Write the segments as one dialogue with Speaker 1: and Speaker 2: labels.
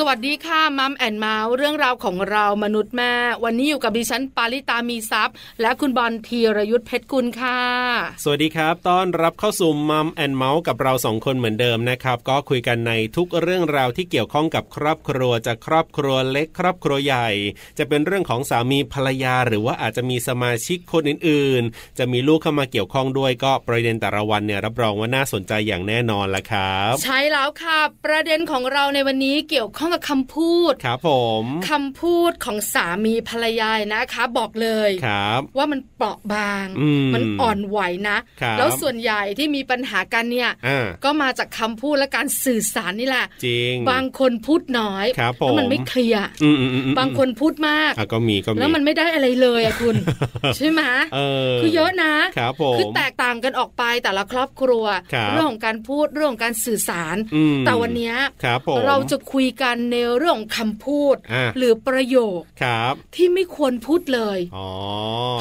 Speaker 1: สวัสดีค่ะมัมแอนเมาส์เรื่องราวของเรามนุษย์แม่ วันนี้อยู่กับดิฉันปาริตามีซัพย์ และคุณบอลธีรยุทธเพชรกุลค่ะ
Speaker 2: สวัสดีครับ ต้อนรับเข้าสู่มัมแอนเมาส์กับเราสองคนเหมือนเดิมนะครับ ก็คุยกันในทุกเรื่องราวที่เกี่ยวข้องกับครอบครัวจะครอบครัวเล็ก ครอบครัวใหญ่ จะเป็นเรื่องของสามีภรรยา หรือว่าอาจจะมีสมาชิกคนอื่นๆ จะมีลูกเข้ามาเกี่ยวข้องด้วยก็ประเด็นแต่ละวันเนี่ยรับรองว่าน่าสนใจอย่างแน่นอนละครับ
Speaker 1: ใช่แล้วค่ะ ประเด็นของเราในวันนี้เกี่ยวข้องกับคำพูด
Speaker 2: ครับผม
Speaker 1: คำพูดของสามีภรรยานะคะ บอกเลย
Speaker 2: ครับ
Speaker 1: ว่ามันเปราะบาง
Speaker 2: อืม
Speaker 1: นอ่อนไหวนะ
Speaker 2: ครับ
Speaker 1: แล้วส่วนใหญ่ที่มีปัญหากันเนี่ย
Speaker 2: อ่า
Speaker 1: ก็มาจากคำพูดและการสื่อสารนี่แหละ
Speaker 2: จริง
Speaker 1: บางคนพูดน้อย
Speaker 2: ครับผม
Speaker 1: แล้วมันไม่เคลียร์
Speaker 2: อืมอืมอืมอืม
Speaker 1: บางคนพูดมาก
Speaker 2: อ่ะก็มีก็มี
Speaker 1: แล้วมันไม่ได้อะไรเลยอะ คุณ ใช่ไหม
Speaker 2: เออ
Speaker 1: คือเยอะนะครับ
Speaker 2: ผม
Speaker 1: คือแตกต่างกันออกไปแต่ละครอบครัว
Speaker 2: ครับ
Speaker 1: เรื่องของการพูดเรื่องของการสื่อสาร
Speaker 2: อืม
Speaker 1: แต่วันเนี้ย
Speaker 2: ครับผม
Speaker 1: เราจะคุยกันในเรื่องของคำพูด
Speaker 2: อ่ะ
Speaker 1: หรือประโยค
Speaker 2: ครับ
Speaker 1: ที่ไม่ควรพูดเลย
Speaker 2: อ๋อ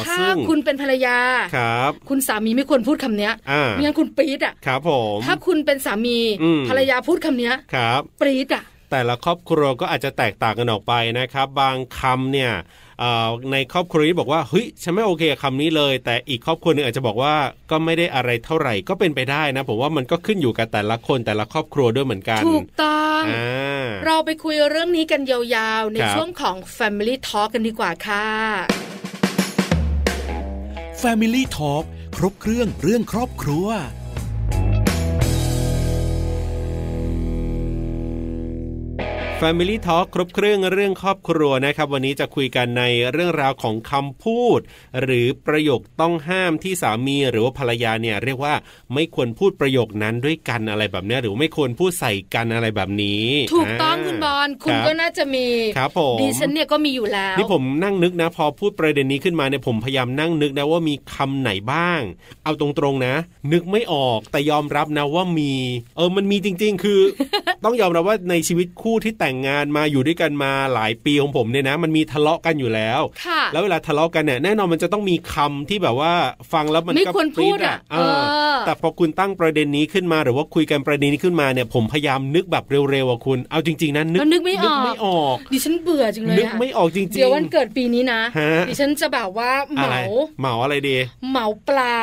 Speaker 1: ถ้า
Speaker 2: ซึ่ง
Speaker 1: คุณเป็นภรรยา
Speaker 2: ครับ
Speaker 1: คุณสามีไม่ควรพูดคำเนี้ย
Speaker 2: อ่า
Speaker 1: ไม่งั้นคุณปรีดอ่ะ
Speaker 2: ครับผม
Speaker 1: ถ้าคุณเป็นสามี
Speaker 2: อืม
Speaker 1: ภรรยาพูดคำเนี้ย
Speaker 2: ครับ
Speaker 1: ปรีดอ่ะ
Speaker 2: แต่ละครอบครัวก็อาจจะแตกต่างกันออกไปนะครับ บางคำเนี่ยเอ่อในครอบครัวนี้บอกว่าเฮ้ยฉันไม่โอเคกับคำนี้เลย แต่อีกครอบครัวหนึงอาจจะบอกว่าก็ไม่ได้อะไรเท่าไหร่ก็เป็นไปได้นะ ผมว่ามันก็ขึ้นอยู่กับแต่ละคนแต่ละครอบครัวด้วยเหมือนกัน
Speaker 1: ถูกต้อง
Speaker 2: อ่า
Speaker 1: เราไปคุยเรื่องนี้กันยาวๆ ใน
Speaker 2: ครับ
Speaker 1: ช่วงของ Family Talk กันดีกว่าค่ะ
Speaker 3: Family Talk ครบเครื่องเรื่องครอบครัว
Speaker 2: Family Talk ครบเครื่องเรื่องครอบครัวนะครับ วันนี้จะคุยกันในเรื่องราวของคำพูด หรือประโยคต้องห้ามที่สามีหรือว่าภรรยาเนี่ยเรียกว่าไม่ควรพูดประโยคนั้นด้วยกันอะไรแบบเนี้ยหรือไม่ควรพูดใส่กันอะไรแบบนี้
Speaker 1: ถูกต้อง
Speaker 2: า
Speaker 1: คุณบอลคุณ
Speaker 2: รับ
Speaker 1: ก็น่าจะมี
Speaker 2: ครับผม
Speaker 1: ดิฉันเนี่ยก็มีอยู่แล้ว
Speaker 2: นี่ผมนั่งนึกนะ พอพูดประเด็นนี้ขึ้นมาเนี่ยผมพยายามนั่งนึกนะว่ามีคำไหนบ้าง เอาตรงๆนะ นึกไม่ออกแต่ยอมรับนะว่ามี เออมันมีจริง ๆคือ ต้องยอมรับว่าในชีวิตคู่ที่แต่งงานมาอยู่ด้วยกันมาหลายปีของผมเนี่ยนะ มันมีทะเลาะกันอยู่แล้ว
Speaker 1: ค่ะ
Speaker 2: แล้วเวลาทะเลาะกันเนี่ยแน่นอนมันจะต้องมีคำที่แบบว่าฟังแล้วมัน
Speaker 1: ไม่
Speaker 2: ก็
Speaker 1: ควร
Speaker 2: ป
Speaker 1: พู
Speaker 2: รี๊
Speaker 1: ดอ่ะ
Speaker 2: เอ
Speaker 1: เอ
Speaker 2: อ
Speaker 1: อ
Speaker 2: แต่พอคุณตั้งประเด็นนี้ขึ้นมาหรือว่าคุยกันประเด็นนี้ขึ้นมาเนี่ยผมพยายามนึกแบบเร็วๆอะคุณ เอาจริง ๆนะนึก
Speaker 1: แล้วนึกไม่ออก
Speaker 2: ไม่ออก
Speaker 1: ดิฉันเบื่อจังเลย
Speaker 2: นึก
Speaker 1: อะ
Speaker 2: ไม่ออกจริงๆ
Speaker 1: เดี๋ยววันเกิดปีนี้นะ
Speaker 2: ฮะ
Speaker 1: ดิฉันจะแบบว่าเห
Speaker 2: อะไร
Speaker 1: มา
Speaker 2: เหมาอะไรดี
Speaker 1: เหมาปลา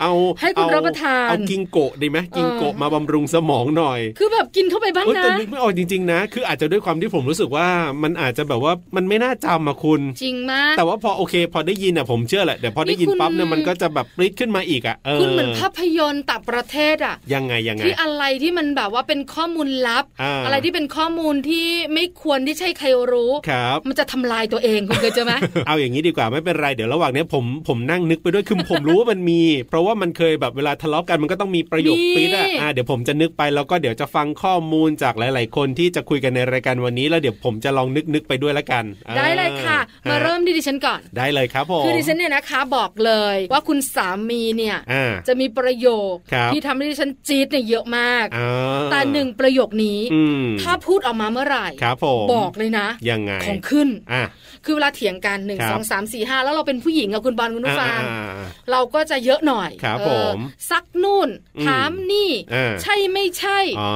Speaker 2: เอา
Speaker 1: ให้คุณ
Speaker 2: เอ
Speaker 1: รับประทาน
Speaker 2: เอากิงโกะดีไหมกิงโกะ
Speaker 1: เออ
Speaker 2: มาบำรุงสมองหน่อย
Speaker 1: คือแบบกินเข้าไปบ้าง
Speaker 2: เอ้ย
Speaker 1: นะ
Speaker 2: แต่นึกไม่ออกจริงๆนะ คืออาจจะด้วยความที่ผมรู้สึกว่ามันอาจจะแบบว่ามันไม่น่าจำอะคุณ
Speaker 1: จริงมาก
Speaker 2: แต่ว่าพอโอเค พอได้ยินอะผมเชื่อแหละเดี๋ยวพอได้ยิน
Speaker 1: นี่คุณ
Speaker 2: ปั๊บเนี่ยมันก็จะแบบปริ๊ดขึ้นมาอีกอะเออ
Speaker 1: คุณเหมือนภาพยนตร์ต่างประเทศอ่ะ
Speaker 2: ยังไงยังไง
Speaker 1: ที่อะไรที่มันแบบว่าเป็นข้อมูลลับ
Speaker 2: อ่า
Speaker 1: อะไรที่เป็นข้อมูลที่ไม่ควรที่ใช่ใครรู้
Speaker 2: ครับ
Speaker 1: มันจะทำลายตัวเองคุณเคยเจอไหม
Speaker 2: เอาอย่างนี้ดีกว่าไม่เป็นไรเดี๋ยวระหว่างเนี้ยผมผมนั่งนึกไปด้วยคือผมรู้ว่ามันมี เพราะว่ามันเคยแบบเวลาทะเลาะกันมันก็ต้องมีประโยค
Speaker 1: มี
Speaker 2: ปิดอะอ่ะเดี๋ยวผมจะนึกไปแล้วก็เดี๋ยวจะฟังข้อมูลจากหลาย ๆ คนที่จะคุยกันในรายการวันนี้ แล้วเดี๋ยวผมจะลองนึกนึกไปด้วยละกันออ
Speaker 1: ได้เลยค่ะ มาเริ่มที่ดิฉันก่อน
Speaker 2: ได้เลยครับผม
Speaker 1: คือดิฉันเนี่ยนะคะบอกเลยว่าคุณสามีเนี่ย
Speaker 2: อ่า
Speaker 1: จะมีประโยค
Speaker 2: ครับ
Speaker 1: ที่ทำให้ดิฉันจี๊ดเนี่ยเยอะมาก
Speaker 2: อ่า
Speaker 1: แต่หนึ่งประโยคนี้
Speaker 2: อืม
Speaker 1: ถ้าพูดออกมาเมื่อไหร่
Speaker 2: ครับผม
Speaker 1: บอกเลยนะ
Speaker 2: ยังไง
Speaker 1: ของขึ้น
Speaker 2: อ่ะ
Speaker 1: คือเวลาเถียงกันหนึ่ง
Speaker 2: ครับ
Speaker 1: สองสามสี่ห้าแล้วเราเป็นผู้หญิงอะคุณบอลคุณผู้ฟัง
Speaker 2: อ่าอ่าอ่า
Speaker 1: เราก็จะเยอะหน่อย
Speaker 2: ครับ
Speaker 1: เออ
Speaker 2: ผม
Speaker 1: ซักนู่น
Speaker 2: อืม
Speaker 1: ถามนี่
Speaker 2: อ่า
Speaker 1: ใช่ไม่ใช่
Speaker 2: อ๋อ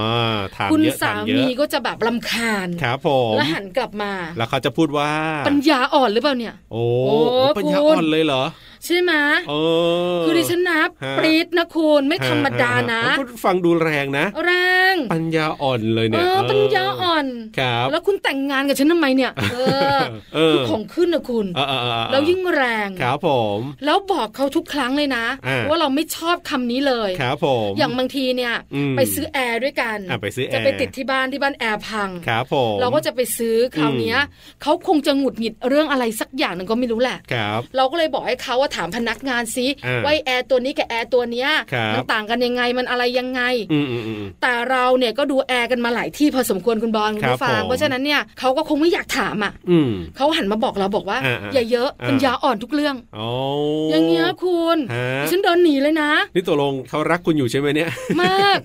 Speaker 2: ถาม
Speaker 1: คุณ
Speaker 2: เยอะ
Speaker 1: สา
Speaker 2: ถามเย
Speaker 1: มี
Speaker 2: อะ
Speaker 1: ก็จะแบบลำคาญ
Speaker 2: ครับผม
Speaker 1: แล้วหันกลับมา
Speaker 2: แล้วเขาจะพูดว่า
Speaker 1: ปัญญาอ่อนหรือเปล่าเนี่ย
Speaker 2: โอ้
Speaker 1: โอ้
Speaker 2: ปัญญา
Speaker 1: คุณ
Speaker 2: อ่อนเลยเหรอ
Speaker 1: ใช่ไหม
Speaker 2: เออ
Speaker 1: คือดิฉันนับ
Speaker 2: ฮะ
Speaker 1: ปรีดนะคุณไม่ธรรมดานะ
Speaker 2: ฮฮฮก็ฟังดูแรงนะ
Speaker 1: แรง
Speaker 2: ปัญญาอ่อนเลย
Speaker 1: เอ
Speaker 2: เนี่ย
Speaker 1: อ
Speaker 2: เ
Speaker 1: ปัญญาอ่อน
Speaker 2: ครับ
Speaker 1: แล้วคุณแต่งงานกับฉันทำไมเนี่ย เออ
Speaker 2: เออ
Speaker 1: คือของขึ้นนะคุณ
Speaker 2: เออเออเออเออ
Speaker 1: แล้วยิ่งแรง
Speaker 2: ครับผม
Speaker 1: แล้วบอกเขาทุกครั้งเลยนะ
Speaker 2: อ่า
Speaker 1: ว่าเราไม่ชอบคำนี้เลย
Speaker 2: ครับผม
Speaker 1: อย่างบางทีเนี่ย
Speaker 2: อืม
Speaker 1: ไปซื้อแอร์ด้วยกัน
Speaker 2: อ่ะไปซื้อแอร์
Speaker 1: จะไปติดที่บ้านที่บ้านแอร์พัง
Speaker 2: ครับผม
Speaker 1: เราก็จะไปซื้อคราวเนี้ยเขาคงจะหงุดหงิดเรื่องอะไรสักอย่างหนึ่งก็ไม่รู้แหละ
Speaker 2: ครับ
Speaker 1: เราก็เลยบอกให้เขาว่าถามพนักงานซิ
Speaker 2: อ่า
Speaker 1: ว่าไอ้แอร์ตัวนี้กับแอร์ตัวเนี้ย
Speaker 2: ครับ
Speaker 1: มัต่างกันยังไงมันอะไรยังไง
Speaker 2: อืมอืมอืม
Speaker 1: แต่เราเนี่ยก็ดูแอร์กันมาหลายที่พอสมควรคุณบอลคุณ
Speaker 2: ครับ
Speaker 1: ผู้ฟัง
Speaker 2: ผม
Speaker 1: เพราะฉะนั้นเนี่ยเขาก็คงไม่อยากถามอ่ะ
Speaker 2: อืม
Speaker 1: เขาหันมาบอกเราบอกว่า
Speaker 2: อ่าๆ
Speaker 1: อย่าเยอะ
Speaker 2: อ่า
Speaker 1: ปัญญาอ่อนทุกเรื่อง
Speaker 2: อ๋อ
Speaker 1: อ
Speaker 2: อ
Speaker 1: ย่างเงี้ยคุณ
Speaker 2: ฮะ
Speaker 1: ดิฉันเดินหนีเลยนะ
Speaker 2: นี่ตกลงเขารักคุณอยู่ใช่ไหม เนี่ย
Speaker 1: มาก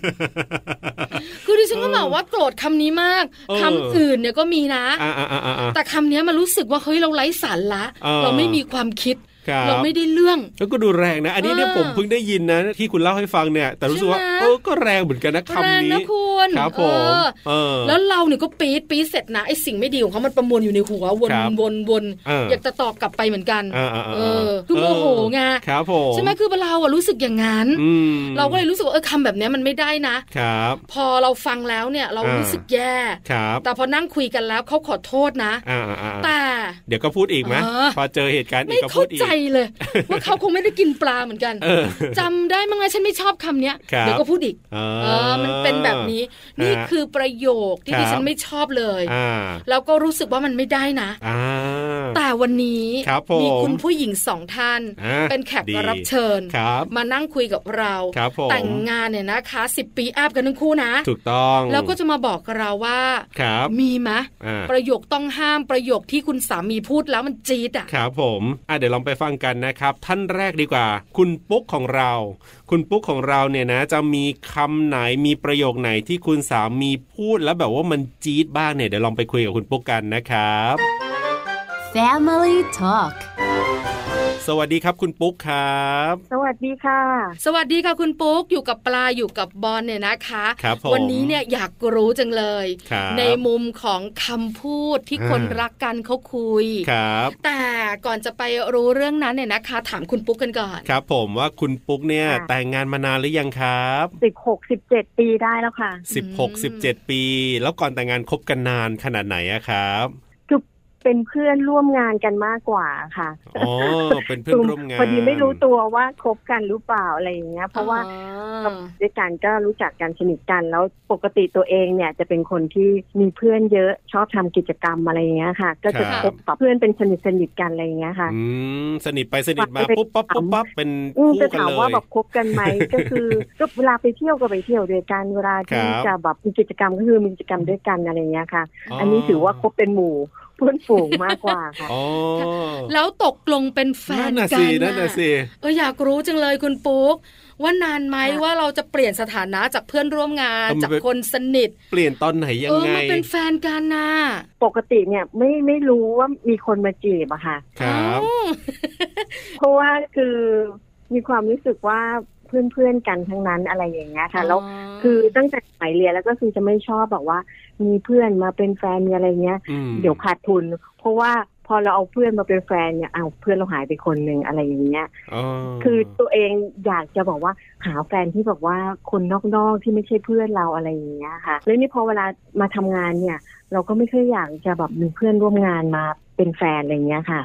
Speaker 1: คือดิฉันก็บอกว่าโกรธคำนี้มาก
Speaker 2: เออ
Speaker 1: คำอื่นเนี่ยก็มีนะ
Speaker 2: อ่าอ่าอ่าอ่า
Speaker 1: แต่คำเนี้ยมันรู้สึกว่าเฮ้ยเราไร้สาระ
Speaker 2: เออ
Speaker 1: เราไม่มีความคิด
Speaker 2: ครับ
Speaker 1: เราไม่ได้เรื่อง
Speaker 2: แล้วก็ดูแรงนะ อันนี้เนี่ย
Speaker 1: อ่า
Speaker 2: ผมเพิ่งได้ยินนะที่คุณเล่าให้ฟังเนี่ย แต่รู้สึกว่า
Speaker 1: ใช่ไหม
Speaker 2: โอ้ก็แรงเหมือนกันนะ
Speaker 1: แรง
Speaker 2: คำนี้
Speaker 1: นะคุณ
Speaker 2: ครับผม
Speaker 1: เออ
Speaker 2: เออ
Speaker 1: แล้วเราเนี่ยก็ปี๊ดปี๊ดเสร็จนะไอสิ่งไม่ดีของเขามันประมวลอยู่ในหัววน
Speaker 2: ครับ
Speaker 1: วนวน
Speaker 2: เออ
Speaker 1: อ
Speaker 2: อ
Speaker 1: ยากจะตอบกลับไปเหมือนกัน
Speaker 2: อ่าๆๆ
Speaker 1: เออคือโมโหไง
Speaker 2: ครับผม
Speaker 1: ใช่ไหมคือเราอะรู้สึกอย่างนั้น
Speaker 2: อืม
Speaker 1: เราก็เลยรู้สึกว่าเออคำแบบเนี้ยมันไม่ได้นะ
Speaker 2: ครับ
Speaker 1: พอเราฟังแล้วเนี่ยเรา
Speaker 2: อ่ารู้
Speaker 1: รู้สึกแย่
Speaker 2: ครับ
Speaker 1: แต่พอนั่งคุยกันแล้วเขาขอโทษนะ
Speaker 2: อ่าอ่าๆๆ
Speaker 1: แต่
Speaker 2: เดี๋ยวก็พูดอีกไหม
Speaker 1: เออ
Speaker 2: พอเจอเหตุการณ์อี
Speaker 1: ไม่
Speaker 2: กก็พู
Speaker 1: เข้า
Speaker 2: ดอีก
Speaker 1: ใจ เลย ว่าเขาคงไม่ได้กินปลาเหมือนกัน
Speaker 2: เออ
Speaker 1: จำได้มั้งไงฉันไม่ชอบคำเนี้ย
Speaker 2: ครับ
Speaker 1: เดี๋ยวก็พูดอีก
Speaker 2: เอ
Speaker 1: เออ มันเป็นแบบนี้ นี่
Speaker 2: ฮะ
Speaker 1: คือประโยคที่
Speaker 2: ครับ
Speaker 1: ดิฉันไม่ชอบเลย
Speaker 2: อ่า
Speaker 1: แล้วก็รู้สึกว่ามันไม่ได้นะ
Speaker 2: อ่า
Speaker 1: แต่วันนี้
Speaker 2: ครับผม
Speaker 1: มีคุณผู้หญิงสองท่าน
Speaker 2: อ่ะ
Speaker 1: เป็นแขก
Speaker 2: ดี
Speaker 1: รับเชิญ
Speaker 2: ครับ
Speaker 1: มานั่งคุยกับเรา
Speaker 2: ครับผม
Speaker 1: แต่งงานเนี่ยนะคะสิบปีอัพกันทั้งคู่นะ
Speaker 2: ถูกต้อง
Speaker 1: แล้วก็จะมาบอกเราว่า
Speaker 2: ครับ
Speaker 1: มีไหม
Speaker 2: อ่า
Speaker 1: ประโยคต้องห้ามประโยคที่คุณสามีพูดแล้วมันจี๊ดอ่ะ
Speaker 2: ครับผมอ่ะเดี๋ยวลองไปฟังกันนะครับ ท่านแรกดีกว่า คุณปุ๊กของเรา คุณปุ๊กของเราเนี่ยนะ จะมีคำไหนมีประโยคไหนที่คุณสามีพูดแล้วแบบว่ามันจี๊ดบ้างเนี่ยเดี๋ยวลองไปคุยกับคุณปุ๊กกันนะครับ
Speaker 4: Family Talk
Speaker 2: สวัสดีครับคุณปุ๊กครับ
Speaker 5: สวัสดีค่ะ
Speaker 1: สวัสดีค่ะคุณปุ๊กอยู่กับปลาอยู่กับบอลเนี่ยนะคะ
Speaker 2: ครับผม
Speaker 1: วันนี้เนี่ยอยากรู้จังเลย
Speaker 2: ครับ
Speaker 1: ในมุมของคำพูดที่
Speaker 2: อ่า
Speaker 1: คนรักกันเขาคุย
Speaker 2: ครับ
Speaker 1: แต่ก่อนจะไปรู้เรื่องนั้นเนี่ยนะคะ ถามคุณปุ๊กกันก่อน
Speaker 2: ครับผมว่าคุณปุ๊กเนี่ย
Speaker 5: ค่ะ
Speaker 2: แต่งงานมานานหรือยังครับ
Speaker 5: สิบหกสิบเจ็ดปีได้แล้วค่ะ
Speaker 1: ม
Speaker 2: 16 17 ปี แล้วก่อนแต่งงานคบกันนานขนาดไหนอะครับ
Speaker 5: คือเป็นเพื่อนร่วมงานกันมากกว่าค่ะ
Speaker 2: อ๋ อ เป็นเพื่อนร่วมงาน
Speaker 5: พอดีไม่รู้ตัวว่าคบกันหรือเปล่าอะไรอย่างเงี้ย เพราะว่า
Speaker 1: อ๋อ
Speaker 5: ด้วยกันก็รู้จักกันสนิทกันแล้วปกติตัวเองเนี่ยจะเป็นคนที่มีเพื่อนเยอะชอบทำกิจกรรมอะไรอย่างเงี้ยค่ะ ก็จะคบกับเพื่อนเป็นสนิทสนิทๆกันอะไรอย่างเงี้ยค่ะ
Speaker 2: อืมสนิทไปสนิทมาปุ๊บปั๊บปุ๊บปั๊บเป็น
Speaker 5: อืม
Speaker 2: คู่
Speaker 5: จะ
Speaker 2: กัน
Speaker 5: ถาม
Speaker 2: เลย
Speaker 5: ว่าแบบคบกัน ไหม ก็คือก็เวลาไปเที่ยวก็ไปเที่ยวด้วยกันเวลาที่
Speaker 2: ครับ
Speaker 5: จะแบบมีกิจกรรมก็คือมีกิจกรรมด้วยกันอะไรอย่างเงี้ยค่ะ อันนี้ถือว่าคบเป็นหมู่ เพื่อนฝูงมากกว่าค่ะ
Speaker 2: อ๋อ
Speaker 1: แล้วตกลงเป็นแฟน
Speaker 2: นั่นน่ะ
Speaker 1: กั
Speaker 2: สิ
Speaker 1: น
Speaker 2: นั่นน่ะสิ
Speaker 1: เอออยากรู้จังเลยคุณปุ๊กว่านานไหม
Speaker 5: ค่ะ
Speaker 1: ว่าเราจะเปลี่ยนสถานะจากเพื่อนร่วมงาน จากคนสนิท
Speaker 2: เปลี่ยนตอนไหนยัง
Speaker 1: เออ
Speaker 2: ไง
Speaker 1: มาเป็นแฟนกันนะ
Speaker 5: ปกติเนี่ยไม่ไม่รู้ว่ามีคนมาจีบอะค่ะ
Speaker 2: ครับ
Speaker 1: อ้าว
Speaker 5: เพราะว่าคือมีความรู้สึกว่าเพื่อนเพื่อนๆกันทั้งนั้นอะไรอย่างเงี้ยค่ะแล้วคือตั้งแต่สมัยเรียนแล้วก็คือจะไม่ชอบแบบว่า มีเพื่อนมาเป็นแฟนมีอะไรเงี้ย
Speaker 2: อืม
Speaker 5: เดี๋ยวขาดทุน เพราะว่าพอเราเอาเพื่อนมาเป็นแฟนเนี่ยเอาวเพื่อนเราหายไปคนหนึ่งอะไรอย่างเงี้ย
Speaker 2: อ๋อ
Speaker 5: คือตัวเองอยากจะบอกว่าหาแฟนที่แบบว่าคนนอกๆที่ไม่ใช่เพื่อนเราอะไรอย่างเงี้ยค่ะ แล้วนี่พอเวลามาทำงานเนี่ย เราก็ไม่เคอยอยากจะแบบมีเพื่อนร่วมงานมาเป็นแฟนอะไรอย่างเงี้ยค่ะ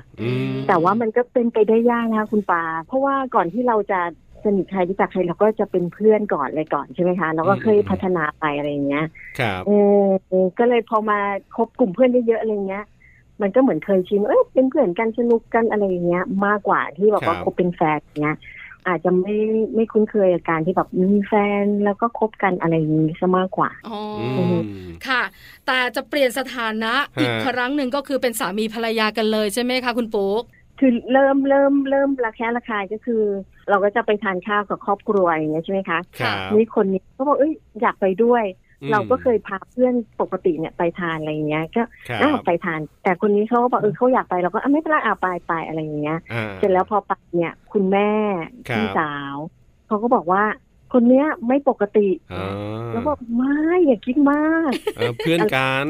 Speaker 2: ม
Speaker 5: แต่ว่ามันก็เป็นไปได้ยากนะคะคุณปา เพราะว่าก่อนที่เราจะสนิทใครรู้จักใครเราก็จะเป็นเพื่อนก่อนเลยก่อนใช่ไหมคะเราก็เคยพัฒนาไปอะไรอย่างเงี้ย
Speaker 2: ครับ
Speaker 5: เออก็เลยพอมาคบกลุ่มเพื่อนเยอะๆอะไรเงี้ย มันก็เหมือนเคยชินเอ้ยเป็นเพื่อนกันสนุกกันอะไรอย่างเงี้ย มากกว่าที่แบบว่า
Speaker 2: ครับ
Speaker 5: คบเป็นแฟนเงี้ย อาจจะไม่ไม่คุ้นเคยกับการที่แบบมีแฟนแล้วก็คบกันอะไรอย่างนี้ซะมากกว่า
Speaker 1: อ๋อ
Speaker 2: อื
Speaker 1: อ
Speaker 2: ม
Speaker 1: ค่ะ แต่จะเปลี่ยนสถานะ
Speaker 2: ฮะ
Speaker 1: อีกครั้งหนึ่งก็คือเป็นสามีภรรยากันเลยใช่ไหมคะคุณปุ๊ก
Speaker 5: คือเริ่มเริ่มเริ่มระแคะระคายก็คือ เราก็จะไปทานข้าวกับครอบครัวอย่างเงี้ยใช่ไหมคะ
Speaker 2: ครับ
Speaker 5: นี่คนนี้เขาบอกเอ้ยอยากไปด้วย
Speaker 2: อืม
Speaker 5: เราก็เคยพาเพื่อนปกติเนี่ยไปทานอะไรอย่างเงี้ยก็
Speaker 2: ครั
Speaker 5: อ้าว
Speaker 2: บ
Speaker 5: ไปทาน แต่คนนี้เขาก็บอกเออเขาอยากไปเราก็อ่ะไม่เป็นไรอ่ะไปไปอะไรอย่างเงี้ย
Speaker 2: อ่า
Speaker 5: เสร็จแล้วพอไปเนี่ย คุณแม่
Speaker 2: ครับ
Speaker 5: พี่สาวเขาก็บอกว่า คนเนี้ยไม่ปกติ
Speaker 2: อ่า
Speaker 5: แล้วบอกไม่อย่าคิดมาก
Speaker 2: เออเพื่อนกัน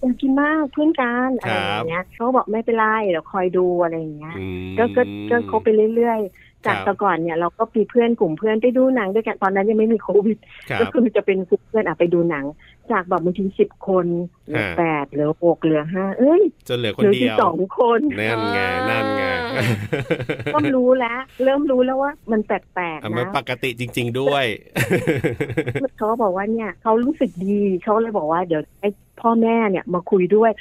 Speaker 5: อย่าคิดมากเพื่อนกันอะไรอ
Speaker 2: ครับ
Speaker 5: ย่างเงี้ยเขาก็บอกไม่เป็นไรเดี๋ยวคอยดูอะไรอย่างเงี้ย
Speaker 2: อืม
Speaker 5: ก็ก็ก็คบไปเรื่อยๆ จาก
Speaker 2: ครับ
Speaker 5: แต่ก่อนเนี่ยเราก็มีเพื่อนกลุ่มเพื่อนไปดูหนังด้วยกันตอนนั้นยังไม่มีโควิด
Speaker 2: ครั
Speaker 5: ก็
Speaker 2: บ
Speaker 5: คือจะเป็นกลุ่มเพื่อนอะไปดูหนัง จากแบบบางทีสิบคนเหลือ
Speaker 2: ฮะ
Speaker 5: แปดเหลือหกเหลือห้าเอ้ย
Speaker 2: จนเหลือ
Speaker 5: เห
Speaker 2: คน
Speaker 5: ลื
Speaker 2: เดี
Speaker 5: สิ
Speaker 2: ยว
Speaker 5: สอง คน
Speaker 2: นั่นไงนั่นไง
Speaker 1: อ่า
Speaker 5: ก็รู้แล้ว เริ่มรู้แล้วว่ามันแปลก
Speaker 2: อ่ะ
Speaker 5: ๆ
Speaker 2: มัน
Speaker 5: นะ
Speaker 2: ปกติจริง ๆด้วย
Speaker 5: เขาก็บอกว่าเนี่ยเขารู้สึกดีเขาเลยบอกว่าเดี๋ยวให้พ่อแม่เนี่ยมาคุยด้วย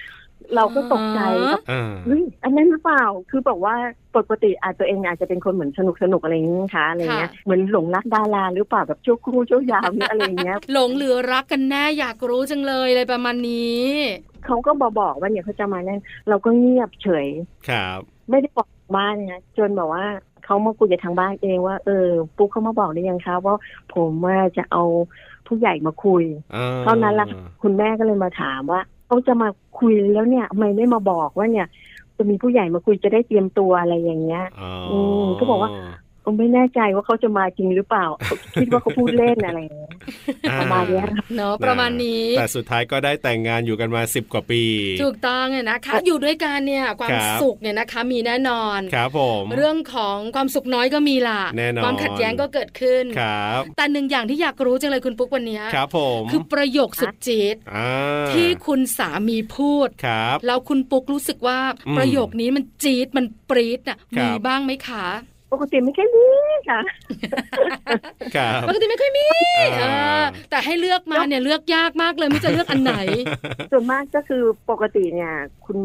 Speaker 5: เราก็ตกใจ
Speaker 1: อ๋อ
Speaker 2: อ่า
Speaker 5: เฮ้ยอันนั้นหรือเปล่าคือบอกว่าปกติอาจตัวเองอาจจะเป็นคนเหมือนสนุกสนุกๆอะไรอย่างเงี้ยค่ะอะไรเงี้ย
Speaker 1: ค่ะ
Speaker 5: เหมือนหลงรักดาราหรือเปล่าแบบชั่วครู่ชั่ว ยามเนี่ยอะไรอย่างเงี้ย
Speaker 1: หลงเหลือรักกันแน่อยากรู้จังเลยอะไรประมาณนี้
Speaker 5: เขาก็บอกบอกว่าเนี่ยเขาจะมาแน่นเราก็เงียบเฉย
Speaker 2: ครับ
Speaker 5: ไม่ได้บอกบ้านนะจนแบบว่าเขามาคุยกับทางบ้านเองว่าเออปุ๊กเขามาบอกได้ยังคะว่าผมว่าจะเอาผู้ใหญ่มาคุย
Speaker 2: อ่
Speaker 5: เท่านั้นละค่ะคุณแม่ก็เลยมาถามว่าเขาจะมาคุยแล้วเนี่ยทำไมไม่มาบอกว่าเนี่ย จะมีผู้ใหญ่มาคุยจะได้เตรียมตัวอะไรอย่างเงี้ย
Speaker 2: อ๋ออ
Speaker 5: มก็บอกว่า ผมไม่แน่ใจว่าเขาจะมาจริงหรือเปล่า คิดว่าเขาพูดเล่นอะไรอย่างเงี้ย
Speaker 2: อ่
Speaker 5: ประมาณเนี้ย
Speaker 1: เนาะประมาณนี้
Speaker 2: แต่สุดท้ายก็ได้แต่งงานอยู่กันมา 10 กว่าปี
Speaker 1: ถูกต้องเนี่ยนะคะ อยู่ด้วยกันเนี่ยความ
Speaker 2: ครับ
Speaker 1: สุขเนี่ยนะคะมีแน่นอน
Speaker 2: ครับผม
Speaker 1: เรื่องของความสุขน้อยก็มีล่ะ
Speaker 2: แน่นอน
Speaker 1: ความขัดแย้งก็เกิดขึ้น
Speaker 2: ครับ
Speaker 1: แต่หนึ่งอย่างที่อยากรู้จังเลยคุณปุ๊กวันเนี้ย
Speaker 2: ครับผม
Speaker 1: คือประโยคสุดจี๊ด
Speaker 2: อ่า
Speaker 1: ที่คุณสามีพูด
Speaker 2: ครับ
Speaker 1: แล้วคุณปุ๊กรู้สึกว่า
Speaker 2: อืม
Speaker 1: ประโยคนี้มันจี๊ดมันปรี๊ดน่ะ
Speaker 2: ครับ
Speaker 1: มีบ้างไหมคะ
Speaker 5: ปกติไม่แค่นี้ค่ะ
Speaker 2: ครับ
Speaker 1: ปกติไม่ค่อยมีเอ
Speaker 2: อ่า
Speaker 1: อแต่ให้เลือกมาเนี่ยเลือกยากมากเลยไม่รู้จะเลือกอัน ไหน
Speaker 5: ส่วนมากก็คือปกติเนี่ย คุณ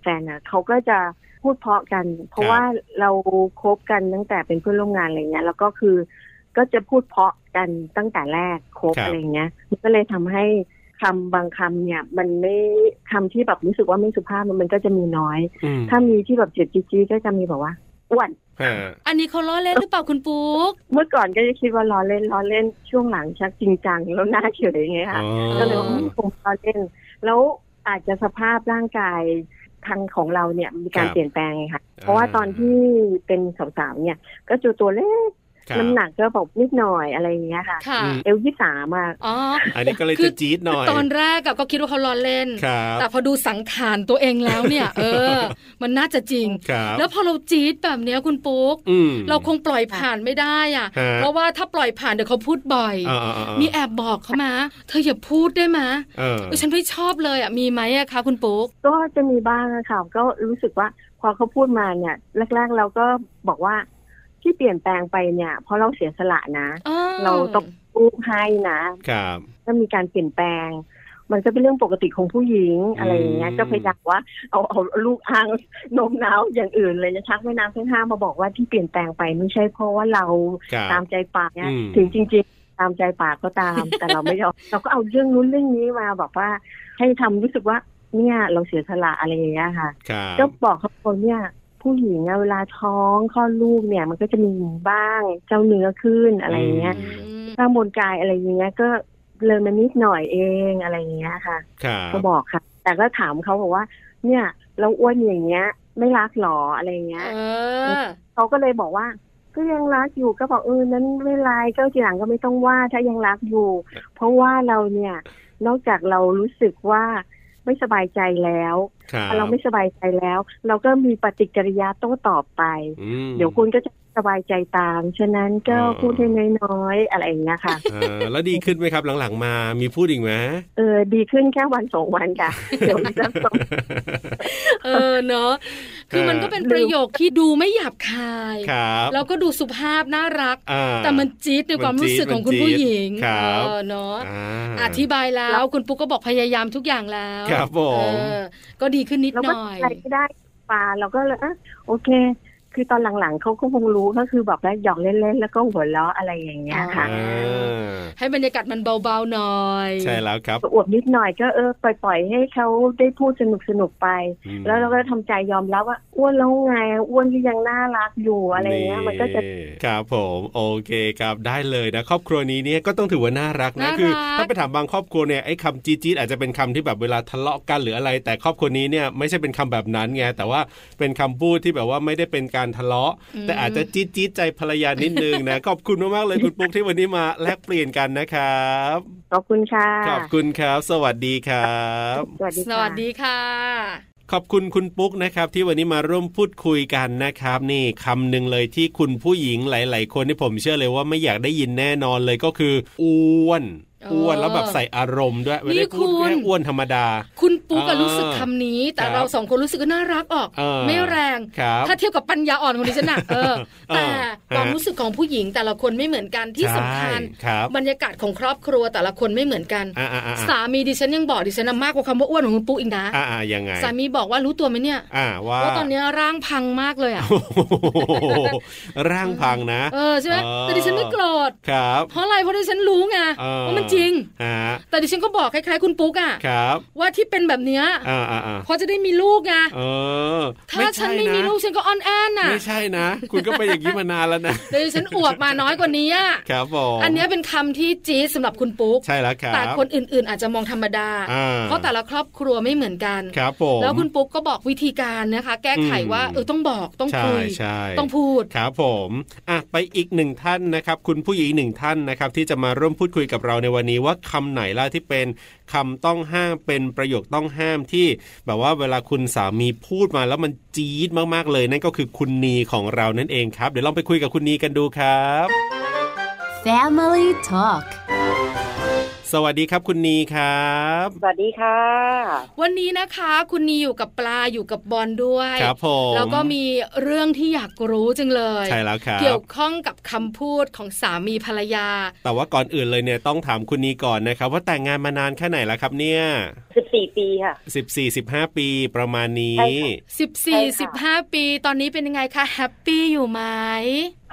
Speaker 5: แฟนอ่ะเขาก็จะพูดเพราะกัน เพราะ
Speaker 2: ครับ
Speaker 5: ว่าเราคบกันตั้งแต่เป็นเพื่อนร่วมงานอะไรเงี้ยแล้วก็คือก็จะพูดเพราะกันตั้งแต่แรกคบอะไรเงี้ยมันก็เลยทำให้คำบางคำเนี่ย มันไม่คำที่แบบรู้สึกว่าไม่สุภาพมันก็จะมีน้อย
Speaker 2: อืม
Speaker 5: ถ้ามีที่แบบเจ็บจี๊ดๆก็จะมีแบบว่าอ้วน
Speaker 2: ฮะ
Speaker 1: อันนี้เขาล้อเล่นหรือเปล่าคุณปุ๊ก
Speaker 5: เมื่อก่อนก็จะคิดว่าล้อเล่นล้อเล่นช่วงหลังชักจริงจังแล้วหน้าเฉยอย่างเงี้ยค่ะ
Speaker 2: อ๋อ
Speaker 5: ก็เลยว่า
Speaker 1: อืม
Speaker 5: คงล้อเล่น แล้วอาจจะสภาพร่างกายทางของเราเนี่ยมีการเปลี่ยนแปลงไงค่ะ เพราะว่าตอนที่เป็นสาวๆเนี่ย ก็จะตัวเล็ก
Speaker 2: ครับ
Speaker 5: น้ำหนักก็แบบนิดหน่อยอะไรอย่างเงี้ยค่ะ
Speaker 1: ค่ะ
Speaker 5: เอลยี่สามอ่ะ
Speaker 1: อ๋อ
Speaker 2: อันนี้ก็เลย
Speaker 1: คื
Speaker 2: จะ
Speaker 1: อ
Speaker 2: จี๊ดหน่อย
Speaker 1: ตอนแรกอะก็คิดว่าเขาล้อเล่น
Speaker 2: ครับ
Speaker 1: แต่พอดูสังขารตัวเองแล้วเนี่ย เอ อ มันน่าจะจริง
Speaker 2: ครับ
Speaker 1: แล้วพอเราจี๊ดแบบเนี้ยคุณปุ๊ก
Speaker 2: อืม
Speaker 1: เราคงปล่อยผ่านไม่ได้อ่ะ
Speaker 2: ฮะ
Speaker 1: เพราะว่าถ้าปล่อยผ่านเดี๋ยวเขาพูดบ่อย
Speaker 2: อ่าๆๆ
Speaker 1: มีแอบบอกเขามาเธออย่าพูดได้ไหม
Speaker 2: เออ
Speaker 1: เออฉันไม่ชอบเลยอ่ะ มีไหมอะคะคุณปุ๊ก
Speaker 5: ก็จะมีบ้างอะค่ะ ก็รู้สึกว่าพอเขาพูดมาเนี่ยแรกๆเราก็บอกว่าที่เปลี่ยนแปลงไปเนี่ย เพราะเราเสียสละนะ
Speaker 1: อ้ว
Speaker 5: เราต้องลูกให้นะ
Speaker 2: ครับ
Speaker 5: ก็มีการเปลี่ยนแปลง มันก็เป็นเรื่องปกติของผู้หญิงอะไรอย่างเงี้ย
Speaker 2: อืม
Speaker 5: ก็พยายามว่าเอาเอาลูกอ้างโนมน้าวอย่างอื่นเลยนะชักแม่น้ำเส้นห้ามาบอกว่าที่เปลี่ยนแปลงไปไม่ใช่เพราะว่าเรา
Speaker 2: ครับ
Speaker 5: ตามใจปากเนี่ย
Speaker 2: อืม
Speaker 5: ถึงจริง ๆ ตามใจปากก็ตาม แต่เราไม่ยอมเราก็เอาเรื่องนู้นเรื่องนี้มาบอกว่า ให้ทำรู้สึกว่าเนี่ยเราเสียสละอะไรอย่างเงี้ยค่ะ
Speaker 2: ครับ
Speaker 5: ก็บอกเขาคนเนี่ยผู้หญิงอะเวลาท้องคลอดลูกเนี่ย มันก็จะมีบ้างเจ้าเนื้อขึ้นอะไรอย่างเงี้ย
Speaker 1: อืม
Speaker 5: ข้างบนกายอะไรอย่างเงี้ยก็เลยมานิดหน่อยเองอะไรอย่างเงี้ยค่ะ
Speaker 2: ครับ
Speaker 5: ก็บอกค่ะ แต่ก็ถามเขาบอกว่า เนี่ย เราอ้วนอย่างเงี้ย ไม่รักหรออะไรอย่างเงี้ย
Speaker 1: เออ
Speaker 5: เขาก็เลยบอกว่า ก็ยังรักอยู่ก็บอกเออนั้นไม่เป็นไรก็ทีหลังก็ไม่ต้องว่าถ้ายังรักอยู่ เพราะว่าเราเนี่ย นอกจากเรารู้สึกว่าไม่สบายใจแล้ว
Speaker 2: ครับ
Speaker 5: พอเราไม่สบายใจแล้ว เราก็มีปฏิกิริยาโต้ตอบไป
Speaker 2: อืม
Speaker 5: เดี๋ยวคุณก็จะสบายใจตามฉะนั้นก็
Speaker 2: อ๋อ
Speaker 5: พูดให้น้อยๆอะไรอย่างเงี้ยค่ะ
Speaker 2: อ่าแล้วดีขึ้นไหมครับหลังๆ มามีพูดอีกไหม
Speaker 5: เออดีขึ้นแค่วันสองวันค่ะ เดี๋ยวจะส่ง
Speaker 1: เออเนาะ คือมันก็เป็นประโยคที่ดูไม่หยาบคาย
Speaker 2: ครับ
Speaker 1: แล้วก็ดูสุภาพน่ารัก
Speaker 2: อ่า
Speaker 1: แต่มันจี๊ดในความรู้สึกของคุณผู้หญิง
Speaker 2: ครับ
Speaker 1: เออเนาะ
Speaker 2: อ่า
Speaker 1: อธิบายแล้วคุณปุ๊กก็บอกพยายามทุกอย่างแล้ว
Speaker 2: ครับผม
Speaker 1: เออก็ดีขึ้นนิด
Speaker 5: เรา
Speaker 1: ห
Speaker 5: ก็
Speaker 1: น่อย
Speaker 5: อะไรก็ได้ปลาเราก็เลยอ่ะโอเค คือตอนหลังๆเขาก็คงรู้ก็คือแบบว่าหยอกเล่นๆ แล้วก็หัวเราะอะไรอย่างเงี้ยค่ะ
Speaker 2: อ่า
Speaker 1: ให้บรรยากาศมันเบาๆหน่อย
Speaker 2: ใช่แล้วครับ
Speaker 5: อวบนิดหน่อยก็เออปล่อยๆให้เขาได้พูดสนุกๆไป
Speaker 2: อืม
Speaker 5: แล้วเราก็ทำใจยอมรับว่าอ้วนแล้วไงอ้วนก็ยังน่ารักอยู่อะไรเงี้ยมันก็จะ
Speaker 2: ครับผมโอเคครับได้เลยนะ ครอบครัวนี้เนี่ยก็ต้องถือว่าน่ารักนะ
Speaker 1: า
Speaker 2: คือ
Speaker 1: รัก
Speaker 2: ถ้าไปถามบางครอบครัวเนี่ยไอ้คำจี๊ดจี๊ดอาจจะเป็นคำที่แบบเวลาทะเลาะกันหรืออะไร แต่ครอบครัวนี้เนี่ยไม่ใช่เป็นคำแบบนั้นไงแต่ว่าเป็นคำพูดที่แบบว่าไม่ได้เป็นการทะเลาะ แต่อาจจะจี๊ดจี๊ดใจภรรยานิดนึงนะ ขอบคุณมากๆเลยคุณปุ๊กที่วันนี้มาแลกเปลี่ยนกันนะครับ
Speaker 5: ขอบคุณค่ะ
Speaker 2: ขอบคุณครับ สวัสดีครับ
Speaker 5: สวัสดี
Speaker 1: ส
Speaker 5: ค่ะ
Speaker 1: วัสดีค่ะ
Speaker 2: ขอบคุณคุณปุ๊กนะครับที่วันนี้มาร่วมพูดคุยกันนะครับ นี่คำหนึ่งเลยที่คุณผู้หญิงหลาย ๆ คนที่ผมเชื่อเลยว่าไม่อยากได้ยินแน่นอนเลยก็คืออ้วน
Speaker 1: เอออ้
Speaker 2: อ้วนแล้วแบบใส่อารมณ์ด้วยไม่ได้
Speaker 1: นี่
Speaker 2: พูด
Speaker 1: คุณ
Speaker 2: แค่อ้วนธรรมดา
Speaker 1: คุณปุ๊กก็
Speaker 2: อ่ารู้
Speaker 1: รู้สึกคำนี้ แต่
Speaker 2: ครับ
Speaker 1: เราสองคนรู้สึกก็น่ารักออก
Speaker 2: เออ
Speaker 1: ไม่แรง
Speaker 2: ครับ
Speaker 1: ถ้าเทียบกับปัญญาอ่อนของดิฉันน่ะเออ แต่
Speaker 2: เออฮะ
Speaker 1: ความรู้สึกของผู้หญิงแต่ละคนไม่เหมือนกันที่สำคัญ
Speaker 2: ใช่ครับ
Speaker 1: บรรยากาศของครอบครัวแต่ละคนไม่เหมือนกัน
Speaker 2: อ่าอ่าอ่า
Speaker 1: สามีดิฉันยังบอกดิฉันน่ะมากกว่าคำว่าอ้วนของคุณปุ๊กอีกนะ
Speaker 2: อ่าอ่ายังไง
Speaker 1: สามีบอกว่ารู้ตัวไหมเนี่ย
Speaker 2: อ่าว่า
Speaker 1: ว่าตอนเนี้ยร่างพังมากเลยอ่ะ
Speaker 2: โอ้โหร่างพังนะ
Speaker 1: เออใช่ไหม
Speaker 2: เออ
Speaker 1: แต่ดิฉันไม่โกรธ
Speaker 2: ครับ
Speaker 1: เพราะอะไรเพราะดิฉันรู้ไง
Speaker 2: เออ
Speaker 1: ว่ามัน จริง
Speaker 2: ฮะ
Speaker 1: แต่ดิฉันก็บอกคล้ายๆคุณปุ๊กอะ
Speaker 2: ครับ
Speaker 1: ว่าที่เป็นแบบเนี้ย
Speaker 2: อ่าอ่าอ่า
Speaker 1: เพราะจะได้มีลูกไง
Speaker 2: เออ
Speaker 1: ถ้าฉันไม่มีลูกฉันก็อ่อนแอน่ะ
Speaker 2: ไม่ใช่นะ คุณก็ไปนอย่างนี้มานานแล้วนะ
Speaker 1: แต่ดิฉันอวบมาน้อยกว่านี้อะ
Speaker 2: ครับผม
Speaker 1: อันเนี้ยเป็นคำที่จี๊ดสำหรับคุณปุ๊ก
Speaker 2: ใช่แล้วครับ
Speaker 1: แต่คนอื่นๆ อาจจะมองธรรมดา
Speaker 2: อ่า
Speaker 1: เพราะแต่ละครอบครัวไม่เหมือนกัน
Speaker 2: ครับผม
Speaker 1: แล้วคุณปุ๊กก็บอกวิธีการนะคะ แก้ไข
Speaker 2: อืม
Speaker 1: ว่าเออต้องบอกต้อง
Speaker 2: ใช่
Speaker 1: คุย
Speaker 2: ใช่
Speaker 1: ต้องพูด
Speaker 2: ครับผมอ่ะไปอีกหนึ่งท่านนะครับ คุณผู้หญิงหนึ่งท่านนะครับ ที่จะมาร่วมพูดคุยกับเราในวันนี้ว่าคำไหนล่ะที่เป็นคำต้องห้ามเป็นประโยคต้องห้ามที่ แบบว่าเวลาคุณสามีพูดมาแล้วมันจี๊ดมากๆเลย นั่นก็คือคุณนีของเรานั่นเองครับ เดี๋ยวลองไปคุยกับคุณนีกันดูครับ
Speaker 4: Family Talk
Speaker 2: สวัสดีครับคุณนีครับ
Speaker 6: สวัสดีค่ะ
Speaker 1: วันนี้นะคะ คุณนีอยู่กับปลาอยู่กับบอลด้วย
Speaker 2: ครับผม
Speaker 1: แล้วก็มีเรื่องที่อยากรู้จังเลย
Speaker 2: ใช่แล้วครับ
Speaker 1: เกี่ยวข้องกับคำพูดของสามีภรรยา
Speaker 2: แต่ว่าก่อนอื่นเลยเนี่ยต้องถามคุณนีก่อนนะครับ ว่าแต่งงานมานานแค่ไหนแล้วครับเนี่ย
Speaker 6: 14 ปีค่ะ
Speaker 2: 14 15 ปีประมาณนี้
Speaker 6: ใช่ค่ะ ใช่
Speaker 1: 14
Speaker 6: ค่ะ
Speaker 1: 15 ปีตอนนี้เป็นยังไงคะแฮปปี้อยู่ไหม